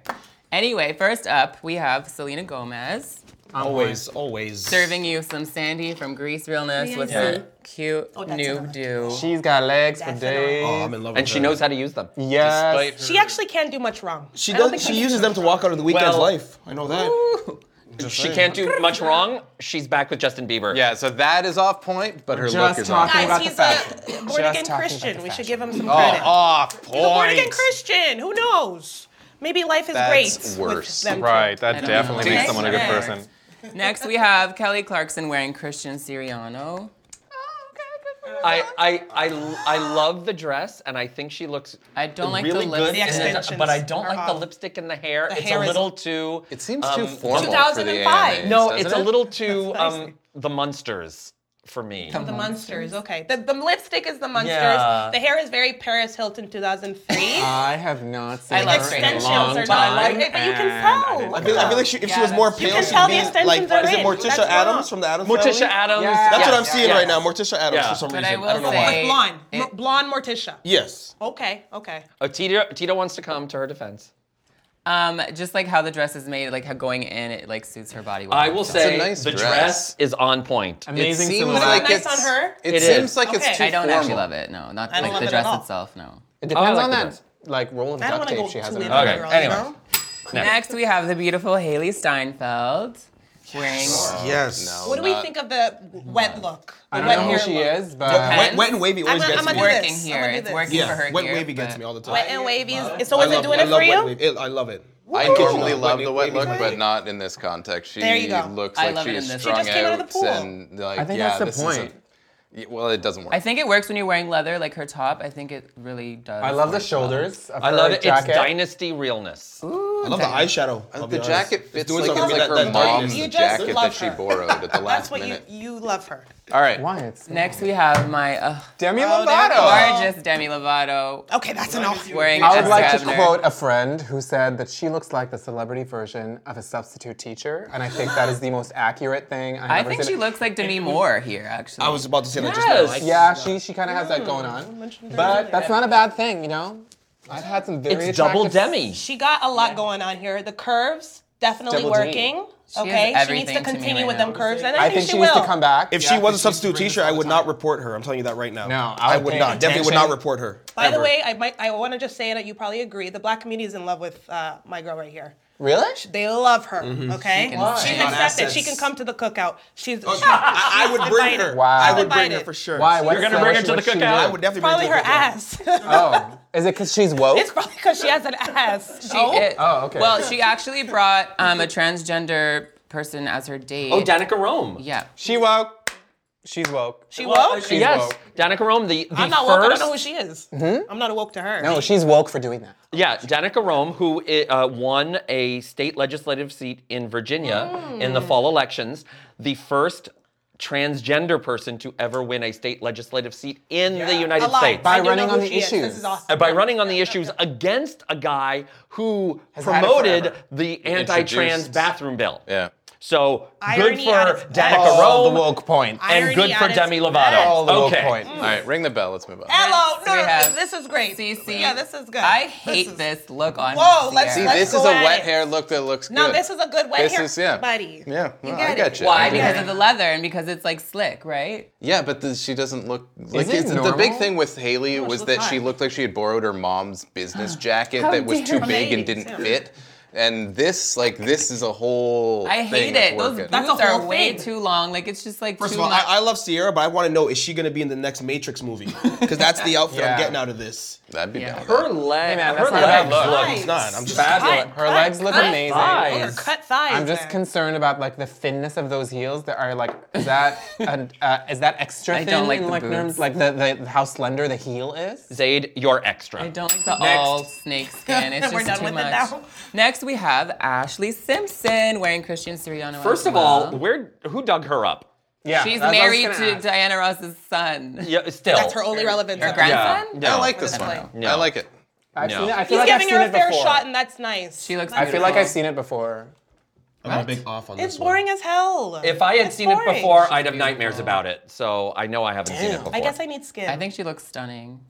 Speaker 2: Anyway, first up we have Selena Gomez
Speaker 4: always, always.
Speaker 2: serving you some Sandy from Grease Realness with
Speaker 4: yeah.
Speaker 2: some cute
Speaker 3: Oh, that's
Speaker 2: new
Speaker 3: another
Speaker 2: do.
Speaker 6: She's got legs for
Speaker 3: That's another-
Speaker 6: days.
Speaker 4: Oh, I'm in love
Speaker 1: And
Speaker 4: with
Speaker 1: she
Speaker 4: her.
Speaker 1: knows how to use them.
Speaker 6: yes.
Speaker 5: Despite her-
Speaker 3: She actually can't do much wrong.
Speaker 4: She
Speaker 3: I don't
Speaker 4: does.
Speaker 3: think
Speaker 4: She uses them to walk out of the weekend's
Speaker 1: Well-
Speaker 4: life. I know that.
Speaker 1: She can't do much wrong. She's back with Justin Bieber.
Speaker 5: yeah, so that is off point, but her
Speaker 6: Just
Speaker 5: look is off
Speaker 6: talking
Speaker 5: point.
Speaker 6: about
Speaker 3: Guys, he's
Speaker 6: the fashion.
Speaker 3: a born again
Speaker 6: Just talking
Speaker 3: Christian.
Speaker 6: about
Speaker 3: We
Speaker 6: the
Speaker 3: should
Speaker 6: fashion.
Speaker 3: give him some
Speaker 5: Oh,
Speaker 3: credit.
Speaker 5: off
Speaker 3: he's a born again
Speaker 5: point.
Speaker 3: Christian. Who knows? Maybe life is
Speaker 5: That's
Speaker 3: great. With
Speaker 5: worse.
Speaker 3: them two.
Speaker 6: that
Speaker 2: definitely
Speaker 5: makes someone a good
Speaker 2: person. Next we have Kelly Clarkson wearing Christian Siriano.
Speaker 1: I, I, I, I love the dress, and I think she looks.
Speaker 2: I don't like the
Speaker 1: really good,
Speaker 2: lipstick.
Speaker 1: in it,
Speaker 3: The
Speaker 1: but I
Speaker 3: extensions
Speaker 1: don't
Speaker 3: are
Speaker 1: like the
Speaker 3: off.
Speaker 1: lipstick and the hair. it's
Speaker 3: hair
Speaker 1: a
Speaker 3: is-
Speaker 1: little too.
Speaker 5: It seems
Speaker 1: um,
Speaker 5: too formal for the
Speaker 3: 2005.
Speaker 5: AMAs,
Speaker 1: No,
Speaker 5: doesn't
Speaker 1: it's a
Speaker 5: it?
Speaker 1: little too um,
Speaker 3: That's spicy.
Speaker 1: the Munsters for me.
Speaker 3: The monsters, okay. The, the lipstick is the monsters.
Speaker 1: Yeah.
Speaker 3: The hair is very Paris Hilton 2003.
Speaker 6: I have not seen
Speaker 2: I like
Speaker 6: her in Uh, a
Speaker 3: extensions
Speaker 6: long
Speaker 3: are
Speaker 6: time.
Speaker 3: not like it, but you
Speaker 6: and
Speaker 3: can
Speaker 6: I
Speaker 3: tell.
Speaker 6: didn't
Speaker 4: I feel, I feel like she, if she was
Speaker 2: Yeah,
Speaker 4: more
Speaker 2: that's-
Speaker 4: pale,
Speaker 3: You can
Speaker 4: she'd
Speaker 3: tell
Speaker 4: be
Speaker 3: the extensions
Speaker 4: like,
Speaker 3: are
Speaker 4: is it
Speaker 3: in.
Speaker 4: Morticia
Speaker 3: That's
Speaker 4: Adams
Speaker 3: wrong.
Speaker 4: from the Adams
Speaker 1: Morticia
Speaker 4: family?
Speaker 1: Adams.
Speaker 6: Yeah.
Speaker 4: That's what I'm
Speaker 1: yes,
Speaker 4: seeing
Speaker 1: yes.
Speaker 4: right now, Morticia Adams
Speaker 1: Yeah.
Speaker 4: for some
Speaker 2: But
Speaker 4: reason.
Speaker 2: I will
Speaker 4: don't know why.
Speaker 2: say,
Speaker 3: blonde,
Speaker 2: it-
Speaker 3: M- blonde Morticia.
Speaker 4: Yes.
Speaker 3: Okay, okay.
Speaker 1: Oh, Tito, Tito wants to come to her defense.
Speaker 2: um, just like how the dress is made, like how going in, it like suits her body well.
Speaker 1: I will say
Speaker 5: nice
Speaker 1: the dress.
Speaker 5: dress.
Speaker 1: is on point.
Speaker 6: Amazing
Speaker 5: it seems
Speaker 6: silhouette.
Speaker 5: like
Speaker 3: Nice
Speaker 5: it's
Speaker 3: on her?
Speaker 5: It,
Speaker 1: It
Speaker 5: seems
Speaker 1: is.
Speaker 5: like
Speaker 3: Okay.
Speaker 5: it's too
Speaker 3: I
Speaker 2: I don't actually
Speaker 5: formal.
Speaker 2: love it. No, not
Speaker 3: don't
Speaker 2: like
Speaker 3: love it
Speaker 2: the
Speaker 3: at
Speaker 2: dress
Speaker 3: all.
Speaker 2: itself. No.
Speaker 6: It depends
Speaker 1: like
Speaker 6: on
Speaker 1: the
Speaker 6: that
Speaker 1: dress.
Speaker 6: like roll of
Speaker 3: I don't
Speaker 6: duct
Speaker 3: want to go
Speaker 6: tape she
Speaker 3: too
Speaker 6: has
Speaker 3: in,
Speaker 6: in her.
Speaker 1: Okay,
Speaker 3: girl.
Speaker 1: anyway.
Speaker 3: You know?
Speaker 2: Next, we have the beautiful Haley Steinfeld wearing.
Speaker 4: Yes.
Speaker 3: What do we think of the wet look? The
Speaker 6: I don't
Speaker 3: wet
Speaker 6: know who
Speaker 3: hair
Speaker 6: she
Speaker 3: look?
Speaker 6: is, but
Speaker 4: Wet, wet and wavy always
Speaker 3: I'm a-
Speaker 4: gets
Speaker 3: I'm a
Speaker 4: me.
Speaker 3: do
Speaker 2: Working
Speaker 3: this.
Speaker 2: here,
Speaker 3: I'm gonna do
Speaker 2: it's
Speaker 3: this.
Speaker 2: working for her
Speaker 4: wet
Speaker 2: here.
Speaker 4: wavy gets
Speaker 2: but-
Speaker 4: me all the time.
Speaker 3: Wet and wavy. Is
Speaker 4: I
Speaker 3: someone
Speaker 4: love-
Speaker 3: doing
Speaker 4: I
Speaker 3: it
Speaker 4: love
Speaker 3: for
Speaker 4: wet
Speaker 3: you?
Speaker 4: wavy. It- I love it.
Speaker 5: I
Speaker 4: Ooh.
Speaker 5: occasionally
Speaker 4: Wait,
Speaker 5: love
Speaker 4: wait,
Speaker 5: the
Speaker 4: wait,
Speaker 5: wet
Speaker 4: wait,
Speaker 5: look,
Speaker 4: wait.
Speaker 5: but not in this context. She
Speaker 3: There you go.
Speaker 5: looks
Speaker 2: I
Speaker 5: like
Speaker 2: love it
Speaker 5: she's
Speaker 2: in this. She
Speaker 5: strung
Speaker 2: just
Speaker 5: out
Speaker 3: came out of the pool.
Speaker 5: and like
Speaker 6: think
Speaker 5: yeah,
Speaker 6: that's the
Speaker 5: this
Speaker 6: point.
Speaker 5: Isn't, y- well, it doesn't work.
Speaker 2: I think it works when you're wearing leather, like her top. I think it really does.
Speaker 6: I love
Speaker 2: work
Speaker 6: the
Speaker 2: well.
Speaker 6: shoulders. Of
Speaker 1: I
Speaker 6: her
Speaker 1: love it. It's
Speaker 6: Jacket.
Speaker 1: dynasty realness.
Speaker 4: I love the eyeshadow. I'll be
Speaker 5: the
Speaker 4: honest.
Speaker 5: jacket
Speaker 4: It's
Speaker 5: fits
Speaker 4: doing
Speaker 5: like, it's
Speaker 4: something that-
Speaker 5: like her
Speaker 4: that
Speaker 5: mom's
Speaker 4: darkness.
Speaker 3: You just
Speaker 5: jacket
Speaker 3: love
Speaker 5: that she
Speaker 3: her.
Speaker 5: borrowed at the
Speaker 3: That's
Speaker 5: last
Speaker 3: what you
Speaker 5: minute.
Speaker 3: you love her.
Speaker 5: All right.
Speaker 6: Why it's
Speaker 2: Next, we have my uh,
Speaker 6: Demi
Speaker 3: Oh, Lovato.
Speaker 6: Lovato.
Speaker 2: gorgeous Demi Lovato
Speaker 3: Okay, that's enough.
Speaker 2: wearing.
Speaker 6: I would
Speaker 2: Esther
Speaker 6: like to
Speaker 2: Adler.
Speaker 6: quote a friend who said that she looks like the celebrity version of a substitute teacher, and I think that is the most accurate thing I have
Speaker 2: I
Speaker 6: ever
Speaker 2: think
Speaker 6: seen.
Speaker 2: she looks like Demi Moore here, actually.
Speaker 4: I was about to say that
Speaker 1: Yes.
Speaker 4: just now. Like,
Speaker 6: Yeah, she she kind of has that going
Speaker 3: Mm,
Speaker 6: on, but that's not a bad thing, you know. I've had some very
Speaker 1: It's double
Speaker 6: attractive-
Speaker 1: demi.
Speaker 3: She got a lot going on here. The curves definitely
Speaker 6: Double D.
Speaker 3: working.
Speaker 2: has
Speaker 3: okay, she needs to
Speaker 2: everything to me
Speaker 3: continue
Speaker 2: right
Speaker 3: with
Speaker 2: now.
Speaker 3: them curves, and I,
Speaker 6: I think she
Speaker 3: will.
Speaker 6: needs to come back.
Speaker 4: If
Speaker 6: Yeah,
Speaker 4: she was a
Speaker 6: she used to
Speaker 4: substitute
Speaker 6: bring this
Speaker 4: teacher,
Speaker 6: all
Speaker 4: I
Speaker 6: the
Speaker 4: would
Speaker 6: time.
Speaker 4: not report her. I'm telling you that right now.
Speaker 6: No, I
Speaker 4: I
Speaker 6: would
Speaker 4: would
Speaker 6: pay
Speaker 4: not. Definitely would not
Speaker 6: attention.
Speaker 4: report her.
Speaker 3: By the
Speaker 4: ever.
Speaker 3: way, I might I want to just say that you probably agree. The black community is in love with uh, my girl right here.
Speaker 6: Really?
Speaker 3: They love her. Okay, she
Speaker 2: Why?
Speaker 3: can,
Speaker 2: She's
Speaker 4: got
Speaker 3: accept it. She
Speaker 4: assets.
Speaker 3: can come to the cookout. She's
Speaker 4: Oh, I, I would bring her.
Speaker 6: Wow.
Speaker 4: I would bring her
Speaker 3: Divided.
Speaker 4: for sure.
Speaker 6: Why? What's
Speaker 1: You're gonna
Speaker 6: so-
Speaker 1: bring her to
Speaker 6: she-
Speaker 1: the
Speaker 6: what's she
Speaker 1: cookout?
Speaker 6: do?
Speaker 4: I would definitely
Speaker 3: probably her
Speaker 4: bring her. for sure.
Speaker 3: ass.
Speaker 6: Oh, is it because she's woke?
Speaker 3: it's probably because she has an ass.
Speaker 2: She
Speaker 3: oh.
Speaker 2: is-
Speaker 6: Oh, okay.
Speaker 2: Well, she actually brought um, a transgender person as her date.
Speaker 1: Oh, Danica Rome.
Speaker 2: Yeah.
Speaker 6: she woke. She's woke.
Speaker 3: She woke?
Speaker 6: she's
Speaker 1: yes,
Speaker 6: woke.
Speaker 1: Danica Rome. The, the
Speaker 3: I'm not woke. I don't
Speaker 1: first.
Speaker 3: know who she is. I'm not woke to her.
Speaker 6: No, she's woke for doing that.
Speaker 1: Yeah, Danica Rome, who i- uh, won a state legislative seat in Virginia in
Speaker 3: Mm.
Speaker 1: the fall elections, the first transgender person to ever win a state legislative seat in the United
Speaker 3: Alive.
Speaker 1: States.
Speaker 6: By
Speaker 3: I do know
Speaker 6: running
Speaker 3: who
Speaker 6: on the
Speaker 3: she is. This
Speaker 6: issues.
Speaker 3: is awesome.
Speaker 1: Uh, by running on the issues against a guy who
Speaker 6: had it
Speaker 1: promoted
Speaker 6: forever.
Speaker 1: the anti-trans
Speaker 5: Introduced-
Speaker 1: bathroom bill.
Speaker 5: Yeah.
Speaker 1: So good
Speaker 3: Irony at its
Speaker 1: for
Speaker 3: best.
Speaker 1: Danica
Speaker 6: All
Speaker 1: Rome
Speaker 6: the woke point.
Speaker 1: and
Speaker 3: Irony
Speaker 1: good
Speaker 3: at
Speaker 1: for
Speaker 3: its
Speaker 1: Demi
Speaker 3: best.
Speaker 1: Lovato.
Speaker 6: All the
Speaker 1: okay.
Speaker 6: woke point.
Speaker 3: Mm.
Speaker 5: All right, ring the bell. Let's move on.
Speaker 3: Hello. No,
Speaker 2: We
Speaker 3: no,
Speaker 2: have
Speaker 3: this is great.
Speaker 2: CC.
Speaker 3: Yeah, this is good.
Speaker 2: I
Speaker 3: This
Speaker 2: hate
Speaker 3: is-
Speaker 2: this look on.
Speaker 3: Whoa, let's-
Speaker 5: See,
Speaker 2: Sierra.
Speaker 3: let's-
Speaker 5: this is
Speaker 3: go
Speaker 5: a
Speaker 3: at
Speaker 5: wet
Speaker 3: it.
Speaker 5: hair look that looks
Speaker 3: No,
Speaker 5: good.
Speaker 3: this is a good wet
Speaker 5: This
Speaker 3: hair,
Speaker 5: is- yeah.
Speaker 3: buddy.
Speaker 5: Yeah,
Speaker 3: you
Speaker 5: no,
Speaker 3: get
Speaker 5: I
Speaker 3: it.
Speaker 5: gotcha.
Speaker 2: Why?
Speaker 5: I get
Speaker 2: Because
Speaker 3: it.
Speaker 2: of the leather and because it's like slick, right?
Speaker 5: Yeah, but the, she doesn't look like
Speaker 6: it
Speaker 5: it's, the big
Speaker 6: normal?
Speaker 5: thing with Haley
Speaker 2: Oh
Speaker 5: was
Speaker 3: looks
Speaker 5: that she
Speaker 3: hot.
Speaker 5: looked like she had borrowed her mom's business jacket
Speaker 2: How
Speaker 5: that was
Speaker 2: dare
Speaker 5: too
Speaker 2: you.
Speaker 5: big and
Speaker 3: Amazing.
Speaker 5: didn't fit. And this, like, this is a whole.
Speaker 2: I
Speaker 5: thing
Speaker 2: hate
Speaker 5: that's
Speaker 2: it. Those
Speaker 5: working.
Speaker 2: boots
Speaker 3: That's a
Speaker 2: are
Speaker 3: whole
Speaker 2: way
Speaker 3: thing.
Speaker 2: too long. Like it's just like
Speaker 4: First
Speaker 2: too
Speaker 4: of all,
Speaker 2: much.
Speaker 4: I, I love Sierra, but I want to know is she going to be in the next Matrix movie? Because that's the outfit
Speaker 6: Yeah.
Speaker 4: I'm getting out of this.
Speaker 5: That'd be
Speaker 2: Yeah.
Speaker 5: bad.
Speaker 1: Her leg,
Speaker 6: Hey,
Speaker 1: her
Speaker 6: man, that's not a bad
Speaker 1: legs
Speaker 6: look.
Speaker 1: look
Speaker 3: Nice.
Speaker 4: It's not. I'm just
Speaker 1: fabulous.
Speaker 3: Cut,
Speaker 6: Her legs look
Speaker 3: cut
Speaker 6: amazing.
Speaker 3: Thighs.
Speaker 1: Thighs.
Speaker 3: Cut thighs.
Speaker 6: I'm just
Speaker 3: man.
Speaker 6: concerned about like the thinness of those heels that are like is that an, uh, is that extra
Speaker 2: I
Speaker 6: thin
Speaker 2: don't like
Speaker 6: in
Speaker 2: the
Speaker 6: like norms
Speaker 2: boots.
Speaker 6: like the, the how slender the heel is?
Speaker 1: Zaid, you're extra.
Speaker 2: I don't like the
Speaker 6: Next.
Speaker 2: all snake skin. It's just
Speaker 3: We're done
Speaker 2: too
Speaker 3: with it
Speaker 2: much.
Speaker 3: now.
Speaker 2: Next, we have Ashley Simpson wearing Christian Siriano.
Speaker 1: First
Speaker 2: as
Speaker 1: of all,
Speaker 2: well.
Speaker 1: where who dug her up?
Speaker 6: Yeah,
Speaker 2: she's
Speaker 6: that's what I was
Speaker 2: married
Speaker 6: gonna
Speaker 2: to
Speaker 6: ask.
Speaker 2: Diana Ross's son.
Speaker 1: Yeah, still.
Speaker 3: That's her only relevance.
Speaker 2: Her grandson?
Speaker 1: Yeah.
Speaker 5: I like this
Speaker 3: That's
Speaker 5: one.
Speaker 3: fine.
Speaker 5: I like it.
Speaker 6: I've
Speaker 1: No.
Speaker 6: seen it. I
Speaker 3: He's
Speaker 6: feel like I've
Speaker 3: giving
Speaker 6: seen
Speaker 3: her a
Speaker 6: it
Speaker 3: fair
Speaker 6: before.
Speaker 3: shot, and that's nice.
Speaker 2: She looks
Speaker 6: I feel like I've
Speaker 2: beautiful.
Speaker 6: seen it before.
Speaker 4: I'm a big off on
Speaker 3: It's
Speaker 4: this
Speaker 3: boring as hell.
Speaker 1: If I had
Speaker 3: It's
Speaker 1: seen it
Speaker 3: boring.
Speaker 1: before, I'd have nightmares about it. So I know I haven't seen it before.
Speaker 3: I guess I need skin.
Speaker 2: I think she looks stunning.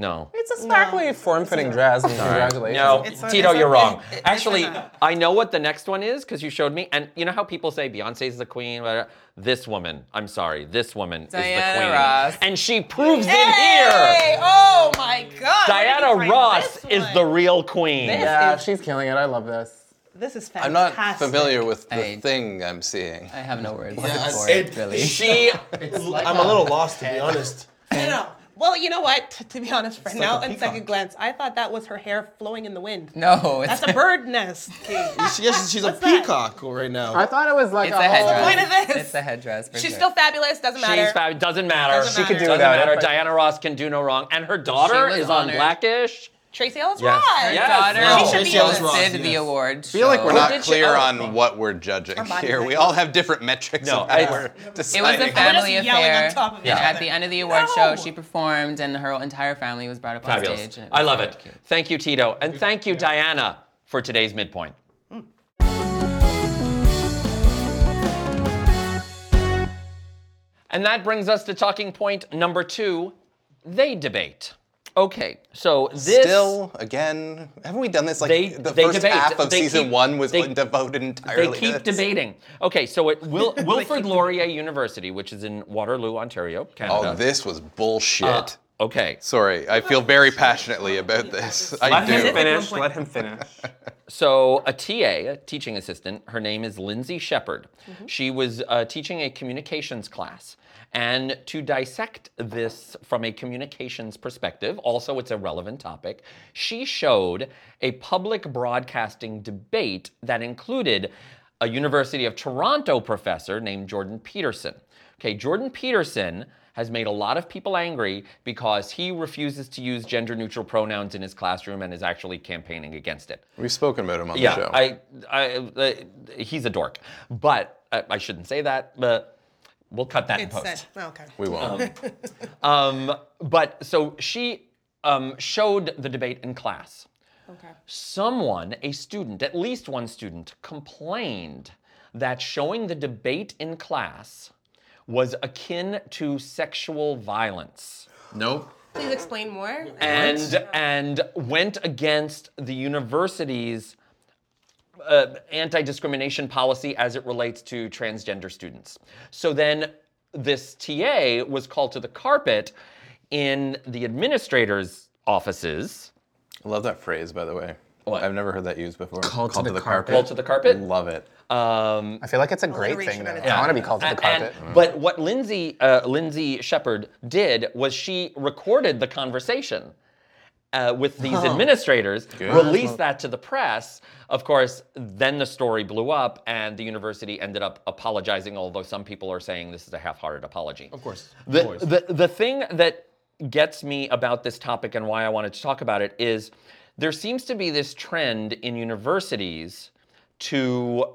Speaker 1: no.
Speaker 6: It's a sparkly form-fitting dress. and Congratulations.
Speaker 1: No,
Speaker 3: It's a-
Speaker 1: Tito,
Speaker 3: it's a-
Speaker 1: you're wrong.
Speaker 3: it- it's
Speaker 1: Actually,
Speaker 3: a-
Speaker 1: I know what the next one is because you showed me. And you know how people say Beyonce's the queen? But uh, this woman, I'm sorry, this woman is
Speaker 2: Diana
Speaker 1: the queen.
Speaker 2: Ross.
Speaker 1: And she proves it here.
Speaker 3: Hey! Oh my God! where did you
Speaker 1: Diana
Speaker 3: find
Speaker 1: Ross
Speaker 3: this
Speaker 1: is
Speaker 3: one?
Speaker 1: the real queen.
Speaker 3: This-
Speaker 6: Yeah, she's killing it. I love this.
Speaker 3: This is
Speaker 5: I'm
Speaker 3: fantastic.
Speaker 5: not familiar with the
Speaker 2: I-
Speaker 5: thing I'm seeing.
Speaker 2: I have no words
Speaker 4: I-
Speaker 2: for it,
Speaker 4: it-
Speaker 2: really.
Speaker 1: She
Speaker 4: I'm a little lost, to be honest.
Speaker 3: No, no, Well, you know what? T- To be honest, right
Speaker 7: It's like
Speaker 3: now,
Speaker 7: a
Speaker 3: on second
Speaker 7: peacock.
Speaker 3: glance, I thought that was her hair flowing in the wind.
Speaker 2: No, it's
Speaker 3: That's a bird nest. Kate.
Speaker 4: She- yes, she's a
Speaker 3: What's that?
Speaker 4: peacock right now.
Speaker 6: I thought it was like
Speaker 2: It's a headdress.
Speaker 3: point of this?
Speaker 2: It's a headdress. For
Speaker 3: She's
Speaker 2: sure.
Speaker 3: still fabulous. Doesn't matter.
Speaker 1: She's fab- doesn't matter.
Speaker 3: Doesn't She could matter. do
Speaker 1: doesn't
Speaker 6: without it,
Speaker 1: matter.
Speaker 6: but-
Speaker 1: Diana Ross can do no wrong, and her daughter
Speaker 2: was
Speaker 1: is on
Speaker 2: honored.
Speaker 1: Blackish.
Speaker 3: Tracy Ellis
Speaker 1: Yes.
Speaker 3: Ross.
Speaker 1: Yes.
Speaker 2: daughter.
Speaker 1: No.
Speaker 2: She should
Speaker 4: Tracy
Speaker 2: be
Speaker 4: Ellis
Speaker 2: listed
Speaker 4: Ross,
Speaker 2: the
Speaker 4: yes.
Speaker 2: award.
Speaker 5: I feel like we're
Speaker 2: show.
Speaker 5: not
Speaker 3: did she-
Speaker 5: clear
Speaker 3: oh,
Speaker 5: on what we're judging
Speaker 3: body
Speaker 5: here. We
Speaker 3: language.
Speaker 5: all have different metrics
Speaker 1: No,
Speaker 5: of how
Speaker 1: it's-
Speaker 5: we're
Speaker 2: It was
Speaker 5: deciding.
Speaker 2: a
Speaker 3: We're just
Speaker 2: family
Speaker 3: yelling
Speaker 2: affair.
Speaker 3: on top of each
Speaker 2: and at
Speaker 3: other.
Speaker 2: the end of the award
Speaker 3: No.
Speaker 2: show, she performed, and her entire family was brought up on
Speaker 1: Fabulous.
Speaker 2: stage. and
Speaker 1: I
Speaker 2: was
Speaker 1: love
Speaker 2: very
Speaker 1: it.
Speaker 2: cute.
Speaker 1: Thank you, Tito. And thank you, Diana, for today's midpoint. And that brings us to talking point number two they debate. Okay, so this.
Speaker 5: Still, again, haven't we done this? Like
Speaker 1: They-
Speaker 5: the
Speaker 1: they
Speaker 5: first
Speaker 1: debate.
Speaker 5: half of
Speaker 1: They
Speaker 5: season
Speaker 1: keep-
Speaker 5: one was
Speaker 1: they-
Speaker 5: like, devoted
Speaker 1: They
Speaker 5: entirely. to
Speaker 1: keep
Speaker 5: this.
Speaker 1: debating. Okay, so at Wil- Wilfrid Laurier University, which is in Waterloo, Ontario, Canada.
Speaker 5: Oh, this was bullshit.
Speaker 1: Okay,
Speaker 5: Sorry, I feel very passionately about this. I
Speaker 6: Let him
Speaker 5: do.
Speaker 6: finish. Let him finish.
Speaker 1: So a TA, a teaching assistant, her name is Lindsay Shepard. She was uh, teaching a communications class. And to dissect this from a communications perspective, also it's a relevant topic, she showed a public broadcasting debate that included a University of Toronto professor named Jordan Peterson. Okay, Jordan Peterson has made a lot of people angry because he refuses to use gender neutral pronouns in his classroom and is actually campaigning against it.
Speaker 5: We've spoken about him on the
Speaker 1: Yeah,
Speaker 5: show.
Speaker 1: I, I, uh, he's a dork, but I, I shouldn't say that. But we'll cut that
Speaker 3: It's
Speaker 1: in post.
Speaker 3: said. oh, Okay.
Speaker 5: we won't.
Speaker 1: Um, but so she um, showed the debate in class.
Speaker 3: Okay.
Speaker 1: Someone, a student, at least one student, complained that showing the debate in class was akin to sexual violence.
Speaker 5: nope.
Speaker 3: Please explain more.
Speaker 1: and and went against the university's uh, anti-discrimination policy as it relates to transgender students. So then this TA was called to the carpet in the administrator's offices.
Speaker 5: I love that phrase, by the way.
Speaker 1: What?
Speaker 5: I've never heard that used before.
Speaker 7: Called to the carpet.
Speaker 1: Called to the carpet?
Speaker 5: Love it.
Speaker 1: Um,
Speaker 6: I feel like it's a great
Speaker 3: Alliteration
Speaker 6: thing.
Speaker 3: at
Speaker 6: Though.
Speaker 3: its
Speaker 6: I want to be
Speaker 3: finest.
Speaker 6: called to the
Speaker 1: And-
Speaker 6: carpet.
Speaker 1: and- but what Lindsay uh, Lindsay Shepard did was she recorded the conversation uh, with these administrators, released that to the press. Of course, then the story blew up, and the university ended up apologizing. Although some people are saying this is a half-hearted apology. Of
Speaker 4: course, of
Speaker 1: the
Speaker 4: course.
Speaker 1: the, the thing that gets me about this topic and why I wanted to talk about it is there seems to be this trend in universities to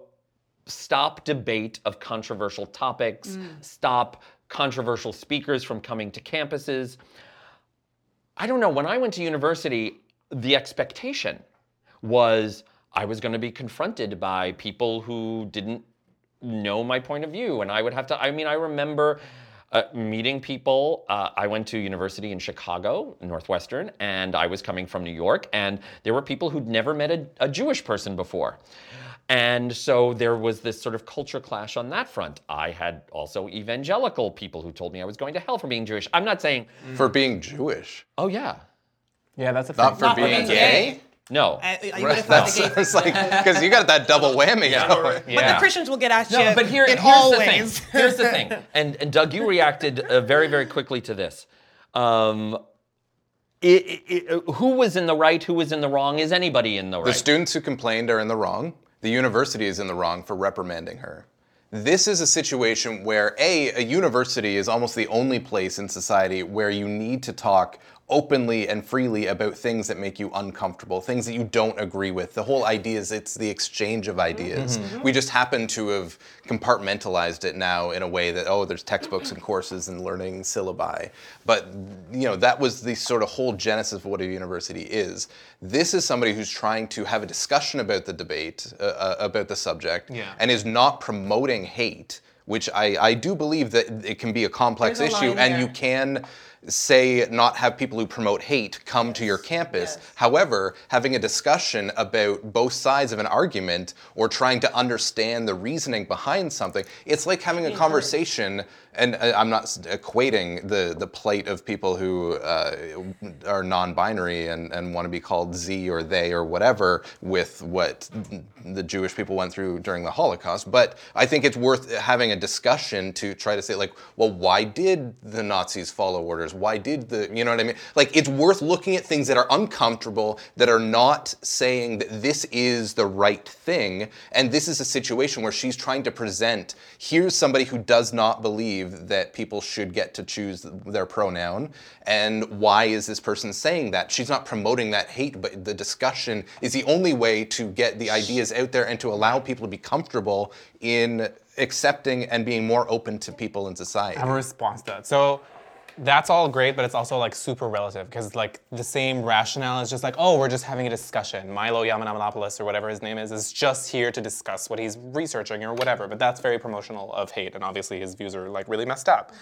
Speaker 1: stop debate of controversial topics, stop controversial speakers from coming to campuses. I don't know, when I went to university, the expectation was I was going to be confronted by people who didn't know my point of view and I would have to I mean I remember uh, meeting people. Uh, I went to university in Chicago, Northwestern, and I was coming from New York, and there were people who'd never met a, a Jewish person before. And so there was this sort of culture clash on that front. I had also evangelical people who told me I was going to hell for being Jewish. I'm not saying,
Speaker 5: For being Jewish,
Speaker 1: oh yeah,
Speaker 6: Yeah, that's a
Speaker 5: not for
Speaker 3: Not for
Speaker 5: being
Speaker 3: being
Speaker 5: gay.
Speaker 3: gay.
Speaker 1: no.
Speaker 3: I, I, you
Speaker 5: Right,
Speaker 3: would've thought
Speaker 5: That's
Speaker 3: the gay-
Speaker 5: it's like because you got that double whammy going.
Speaker 1: yeah.
Speaker 3: The Christians will get at you.
Speaker 1: No, but here,
Speaker 3: in
Speaker 1: here's
Speaker 3: all
Speaker 1: the
Speaker 3: ways.
Speaker 1: thing. Here's the thing. And, and Doug, you reacted uh, very, very quickly to this. Um, i i i uh, who was in the right? Who was in the wrong? Is anybody in the right?
Speaker 5: The students who complained are in the wrong. The university is in the wrong for reprimanding her. This is a situation where a a university is almost the only place in society where you need to talk openly and freely about things that make you uncomfortable, things that you don't agree with. The whole idea is it's the exchange of ideas. We just happen to have compartmentalized it now in a way that oh there's textbooks and courses and learning syllabi. But you know that was the sort of whole genesis of what a university is. This is somebody who's trying to have a discussion about the debate uh, uh, about the subject
Speaker 6: Yeah.
Speaker 5: and is not promoting hate, which I, I do believe that it can be a complex
Speaker 3: There's a
Speaker 5: issue
Speaker 3: line
Speaker 5: and
Speaker 3: there.
Speaker 5: you can say not have people who promote hate come to your campus.
Speaker 3: Yes.
Speaker 5: However, having a discussion about both sides of an argument or trying to understand the reasoning behind something, it's like having a conversation. And uh, I'm not s- equating the the plight of people who uh, are non-binary and, and want to be called Z or they or whatever with what the Jewish people went through during the Holocaust. But I think it's worth having a discussion to try to say like, well, why did the Nazis follow orders? matters? Why did the, you know what I mean? Like, it's worth looking at things that are uncomfortable, that are not saying that this is the right thing. And this is a situation where she's trying to present here's somebody who does not believe that people should get to choose their pronoun. And why is this person saying that? She's not promoting that hate, but the discussion is the only way to get the ideas out there and to allow people to be comfortable in accepting and being more open to people in society.
Speaker 6: I have a response to that. So that's all great, but it's also like super relative because like the same rationale is just like, oh, we're just having a discussion. Milo Yiannopoulos or whatever his name is is just here to discuss what he's researching or whatever. But that's very promotional of hate, and obviously his views are like really messed up.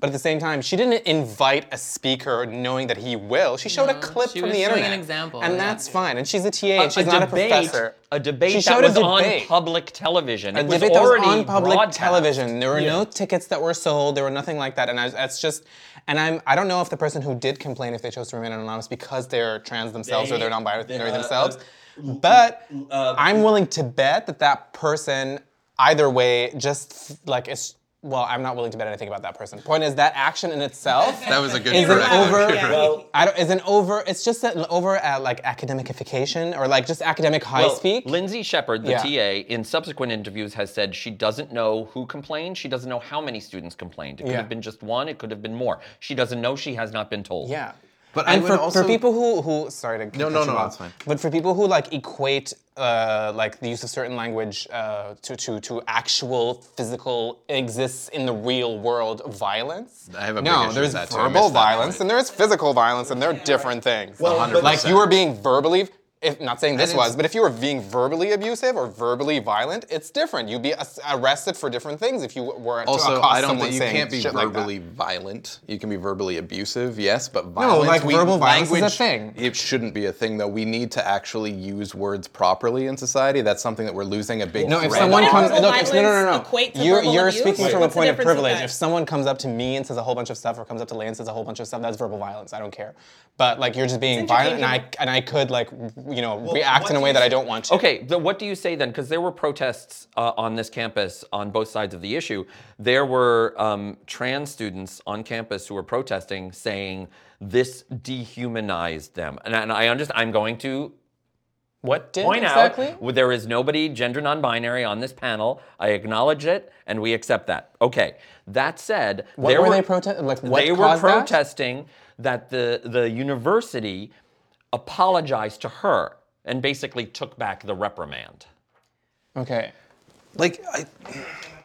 Speaker 6: But at the same time, she didn't invite a speaker knowing that he will. She showed a
Speaker 2: No,
Speaker 6: clip
Speaker 2: she
Speaker 6: from
Speaker 2: was
Speaker 6: the
Speaker 2: showing
Speaker 6: internet.
Speaker 2: an example,
Speaker 6: and
Speaker 2: yeah.
Speaker 6: that's fine. And she's a TA. and she's not
Speaker 1: debate,
Speaker 6: a professor.
Speaker 1: a debate
Speaker 6: She
Speaker 1: that
Speaker 6: showed a
Speaker 1: was on
Speaker 6: debate.
Speaker 1: public television. It
Speaker 6: A
Speaker 1: was
Speaker 6: debate that was
Speaker 1: already
Speaker 6: on public
Speaker 1: broadcast.
Speaker 6: television. There were no tickets that were sold. There were nothing like that. And I, that's just, and I'm, I don't know if the person who did complain, if they chose to remain anonymous because they're trans themselves or
Speaker 1: They-
Speaker 6: they're non-binary
Speaker 1: they- uh,
Speaker 6: themselves.
Speaker 1: uh,
Speaker 6: but
Speaker 1: uh,
Speaker 6: I'm willing to bet that that person, either way, just like it's. Well, I'm not willing to bet anything about that person. Point is that action in itself
Speaker 5: That was a good
Speaker 6: is an
Speaker 5: correction.
Speaker 6: over.
Speaker 5: Yeah.
Speaker 3: Well-
Speaker 6: I don't, is an over. It's just an over uh, like academicification or like just academic high
Speaker 1: Well,
Speaker 6: speak.
Speaker 1: Lindsay Shepard, the
Speaker 6: Yeah.
Speaker 1: TA, in subsequent interviews has said she doesn't know who complained. She doesn't know how many students complained. It could
Speaker 6: Yeah.
Speaker 1: have been just one. It could have been more. She doesn't know. She has not been told.
Speaker 6: Yeah.
Speaker 5: But I
Speaker 6: and
Speaker 5: would
Speaker 6: for,
Speaker 5: also-
Speaker 6: for people who who sorry to cut
Speaker 5: no,
Speaker 6: you
Speaker 5: no,
Speaker 6: off.
Speaker 5: it's fine.
Speaker 6: But for people who like equate uh, like the use of certain language uh, to to to actual physical exists in the real world violence.
Speaker 5: I have a big
Speaker 6: no.
Speaker 5: issue with
Speaker 6: there's
Speaker 5: that too. I
Speaker 6: verbal
Speaker 5: missed that
Speaker 6: violence
Speaker 5: point.
Speaker 6: and there's physical violence and they're different things.
Speaker 5: Well, but-
Speaker 6: Like
Speaker 5: 100%.
Speaker 6: you were being verbally. If, not saying this
Speaker 5: And it's-
Speaker 6: was, but if you were being verbally abusive or verbally violent, it's different. You'd be as- arrested for different things if you were to
Speaker 5: Also,
Speaker 6: accost
Speaker 5: I don't
Speaker 6: someone
Speaker 5: think you
Speaker 6: saying
Speaker 5: can't be
Speaker 6: shit like that.
Speaker 5: verbally violent. You can be verbally abusive, yes, but violence.
Speaker 6: like,
Speaker 5: we-
Speaker 6: verbal violence is a
Speaker 5: language,
Speaker 6: thing.
Speaker 5: It shouldn't be a thing, though. We need to actually use words properly in society. That's something that we're losing a big.
Speaker 6: No, if
Speaker 5: thread
Speaker 6: someone
Speaker 5: on.
Speaker 6: comes,
Speaker 3: verbal
Speaker 6: look, if, no, no, no,
Speaker 3: violence
Speaker 6: no.
Speaker 3: equate to
Speaker 6: you're
Speaker 3: verbal
Speaker 6: you're
Speaker 3: abuse?
Speaker 6: speaking
Speaker 3: Wait,
Speaker 6: from a
Speaker 3: what's the
Speaker 6: point of
Speaker 3: difference with
Speaker 6: privilege.
Speaker 3: that?
Speaker 6: If someone comes up to me and says a whole bunch of stuff, or comes up to Lance and says a whole bunch of stuff, that's verbal violence. I don't care. But like you're just being violent, and I and I could like you know react in a way that I don't want to.
Speaker 1: Okay, but what do you say then? Because there were protests uh, on this campus on both sides of the issue. There were um, trans students on campus who were protesting, saying this dehumanized them. And, I- and I understand. I'm going to
Speaker 6: What did
Speaker 1: point
Speaker 6: exactly?
Speaker 1: out there is nobody gender non-binary on this panel. I acknowledge it, and we accept that. Okay. That said,
Speaker 6: What
Speaker 1: there
Speaker 6: were they protest- like, what
Speaker 1: they were
Speaker 6: caused that?
Speaker 1: protesting that? the the university apologized to her and basically took back the reprimand.
Speaker 6: Okay.
Speaker 5: like I,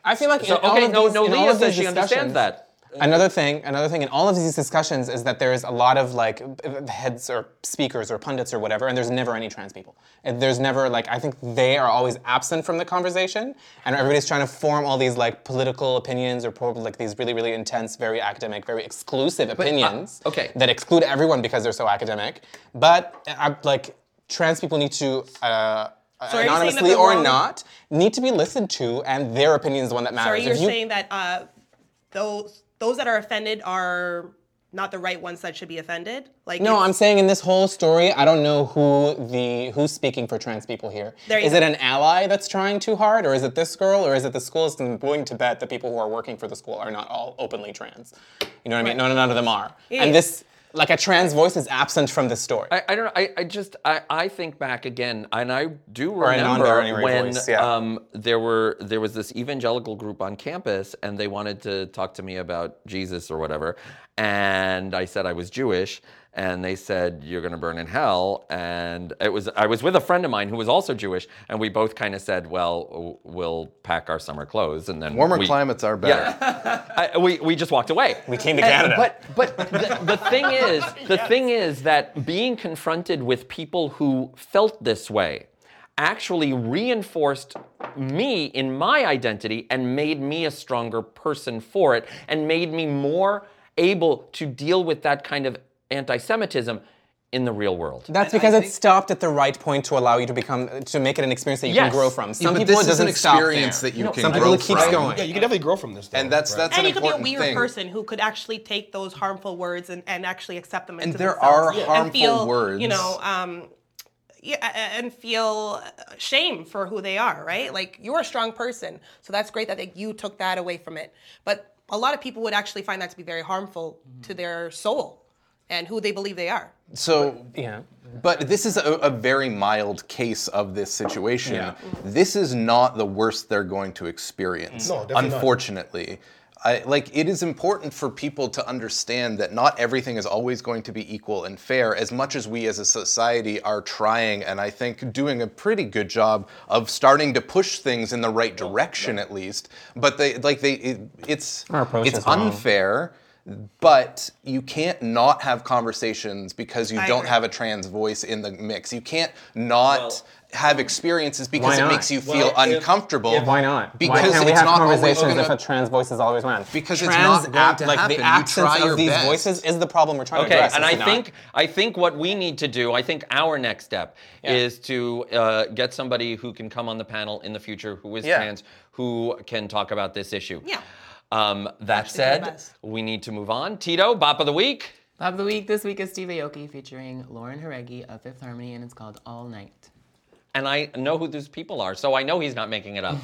Speaker 6: I feel like
Speaker 1: So,
Speaker 6: in all
Speaker 1: okay,
Speaker 6: of
Speaker 1: no,
Speaker 6: these-
Speaker 1: no,
Speaker 6: in all
Speaker 1: Leah
Speaker 6: of
Speaker 1: says
Speaker 6: these
Speaker 1: she understands
Speaker 6: discussions-
Speaker 1: that.
Speaker 3: Uh,
Speaker 6: Another thing, another thing in all of these discussions is that there is a lot of like b- heads or speakers or pundits or whatever, and there's never any trans people. And there's never like I think they are always absent from the conversation, and everybody's trying to form all these like political opinions or pro- like these really really intense, very academic, very exclusive
Speaker 3: uh,
Speaker 6: opinions.
Speaker 1: okay.
Speaker 6: That exclude everyone because they're so academic, but uh, like trans people need to. Uh,
Speaker 3: So are you saying that
Speaker 6: anonymously
Speaker 3: the
Speaker 6: or
Speaker 3: wrong-
Speaker 6: not, need to be listened to, and their opinion is the one that
Speaker 3: Sorry,
Speaker 6: matters.
Speaker 3: you're
Speaker 6: If you-
Speaker 3: saying that uh, those those that are offended are not the right ones that should be offended. Like
Speaker 6: No,
Speaker 3: it's-
Speaker 6: I'm saying in this whole story, I don't know who the who's speaking for trans people here. Is
Speaker 3: There you go.
Speaker 6: it an ally that's trying too hard, or is it this girl, or is it the school? Because I'm willing to bet the people who are working for the school are not all openly trans. You know what I mean? No, no, none of them are.
Speaker 3: yeah.
Speaker 6: And this, like, a trans voice is absent from the story.
Speaker 1: I, I don't know. I, I just I, I think back again, and I do
Speaker 6: a
Speaker 1: remember
Speaker 6: non-binary
Speaker 1: when
Speaker 6: voice, yeah.
Speaker 1: um, there were there was this evangelical group on campus, and they wanted to talk to me about Jesus or whatever, and I said I was Jewish, and they said you're going to burn in hell, and it was I was with a friend of mine who was also Jewish, and we both kind of said, well, w- we'll pack our summer clothes, and then
Speaker 5: warmer
Speaker 1: we-
Speaker 5: climates are better.
Speaker 1: I, we, we just walked away. We
Speaker 6: came to Canada.
Speaker 1: but but the, the thing is, the thing is that being confronted with people who felt this way actually reinforced me in my identity and made me a stronger person for it and made me more able to deal with that kind of anti-Semitism in the real world.
Speaker 6: That's because it stopped at the right point to allow you to become to make it an experience that you
Speaker 1: Yes.
Speaker 6: can grow from. Some
Speaker 5: but
Speaker 6: people
Speaker 5: this
Speaker 6: it
Speaker 5: is an
Speaker 6: doesn't stop
Speaker 5: experience
Speaker 6: there.
Speaker 5: that you can
Speaker 6: Some
Speaker 5: grow
Speaker 6: people it keeps
Speaker 5: from.
Speaker 6: going.
Speaker 4: Yeah, you can definitely grow from this. Though,
Speaker 5: and that's
Speaker 4: right?
Speaker 5: that's
Speaker 3: and
Speaker 5: an
Speaker 3: you could be a
Speaker 5: important
Speaker 3: weird
Speaker 5: thing.
Speaker 3: person who could actually take those harmful words and, and actually accept them.
Speaker 5: And
Speaker 3: into
Speaker 5: there
Speaker 3: themselves
Speaker 5: are harmful
Speaker 3: and feel,
Speaker 5: words.
Speaker 3: You know, um, yeah, a- a- and feel uh, shame for who they are, right? Like you're a strong person, so that's great that like, you took that away from it. But a lot of people would actually find that to be very harmful to their soul and who they believe they are.
Speaker 5: So
Speaker 6: Yeah.
Speaker 5: But this is a, a very mild case of this situation.
Speaker 6: Yeah.
Speaker 5: This is not the worst they're going to experience.
Speaker 8: No, definitely not.
Speaker 5: unfortunately. I, like it is important for people to understand that not everything is always going to be equal and fair as much as we as a society are trying and i think doing a pretty good job of starting to push things in the right direction at least but they like they it, it's
Speaker 6: Our approach
Speaker 5: it's
Speaker 6: is wrong.
Speaker 5: unfair but you can't not have conversations because you
Speaker 3: I
Speaker 5: don't
Speaker 3: agree.
Speaker 5: have a trans voice in the mix. You can't not have experiences because it
Speaker 6: not?
Speaker 5: makes you
Speaker 8: Well,
Speaker 5: feel
Speaker 8: if-
Speaker 5: uncomfortable.
Speaker 8: if-
Speaker 6: Why not?
Speaker 5: Because
Speaker 6: Why can't we
Speaker 5: it's
Speaker 6: have
Speaker 5: not always
Speaker 6: conversations
Speaker 5: gonna-
Speaker 6: if a trans voice is always around?
Speaker 5: Because it's
Speaker 6: trans
Speaker 5: not going
Speaker 6: act-
Speaker 5: to
Speaker 6: like
Speaker 5: happen.
Speaker 6: the
Speaker 5: You
Speaker 6: accents
Speaker 5: try your
Speaker 6: of these
Speaker 5: best.
Speaker 6: voices is the problem we're trying to
Speaker 1: Okay,
Speaker 6: address.
Speaker 1: and
Speaker 6: is
Speaker 1: I
Speaker 6: it not?
Speaker 1: think I think what we need to do, I think our next step
Speaker 6: Yeah.
Speaker 1: is to uh, get somebody who can come on the panel in the future who is
Speaker 5: Yeah.
Speaker 1: trans, who can talk about this issue.
Speaker 3: Yeah.
Speaker 1: Um, that
Speaker 3: Actually, they're the
Speaker 1: said,
Speaker 3: best.
Speaker 1: we need to move on. Tito, bop of the week.
Speaker 2: Love of the week this week is Steve Aoki featuring Lauren Haregi of Fifth Harmony, and it's called All Night.
Speaker 1: and I know who these people are, so I know he's not making it up.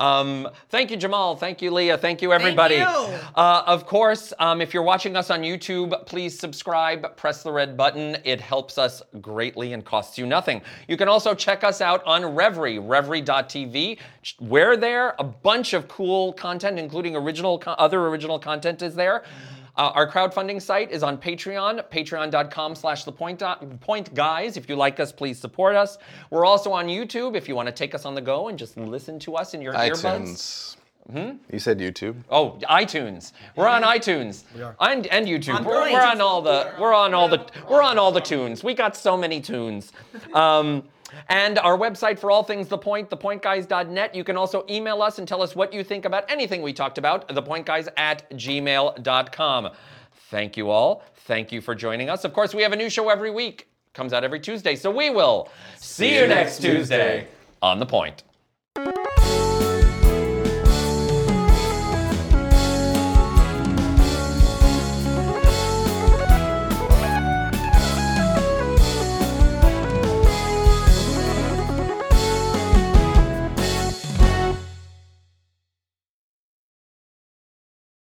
Speaker 1: Um, thank you, Jamal. Thank you, Leah. Thank you, everybody.
Speaker 3: you.
Speaker 1: Uh, of course, um, if you're watching us on YouTube, please subscribe, press the red button. It helps us greatly and costs you nothing. You can also check us out on Reverie, reverie.tv. Ch- We're there. A bunch of cool content, including original, co- other original content is there. Uh, our crowdfunding site is on Patreon, patreon.com slash the point uh, point guys. If you like us, please support us. We're also on YouTube if you want to take us on the go and just listen to us in your earbuds.
Speaker 5: iTunes.
Speaker 8: Hmm?
Speaker 5: You said YouTube.
Speaker 1: Oh, iTunes. We're on iTunes. We are. And, and YouTube. We're,
Speaker 3: point.
Speaker 1: we're on all the we're on all the we're on all the tunes. We got so many tunes. Um, and our website for all things The Point, thepointguys.net. You can also email us and tell us what you think about anything we talked about, thepointguys at gmail.com. Thank you all. Thank you for joining us. Of course, we have a new show every week. Comes out every Tuesday. So we will see you next Tuesday on The Point.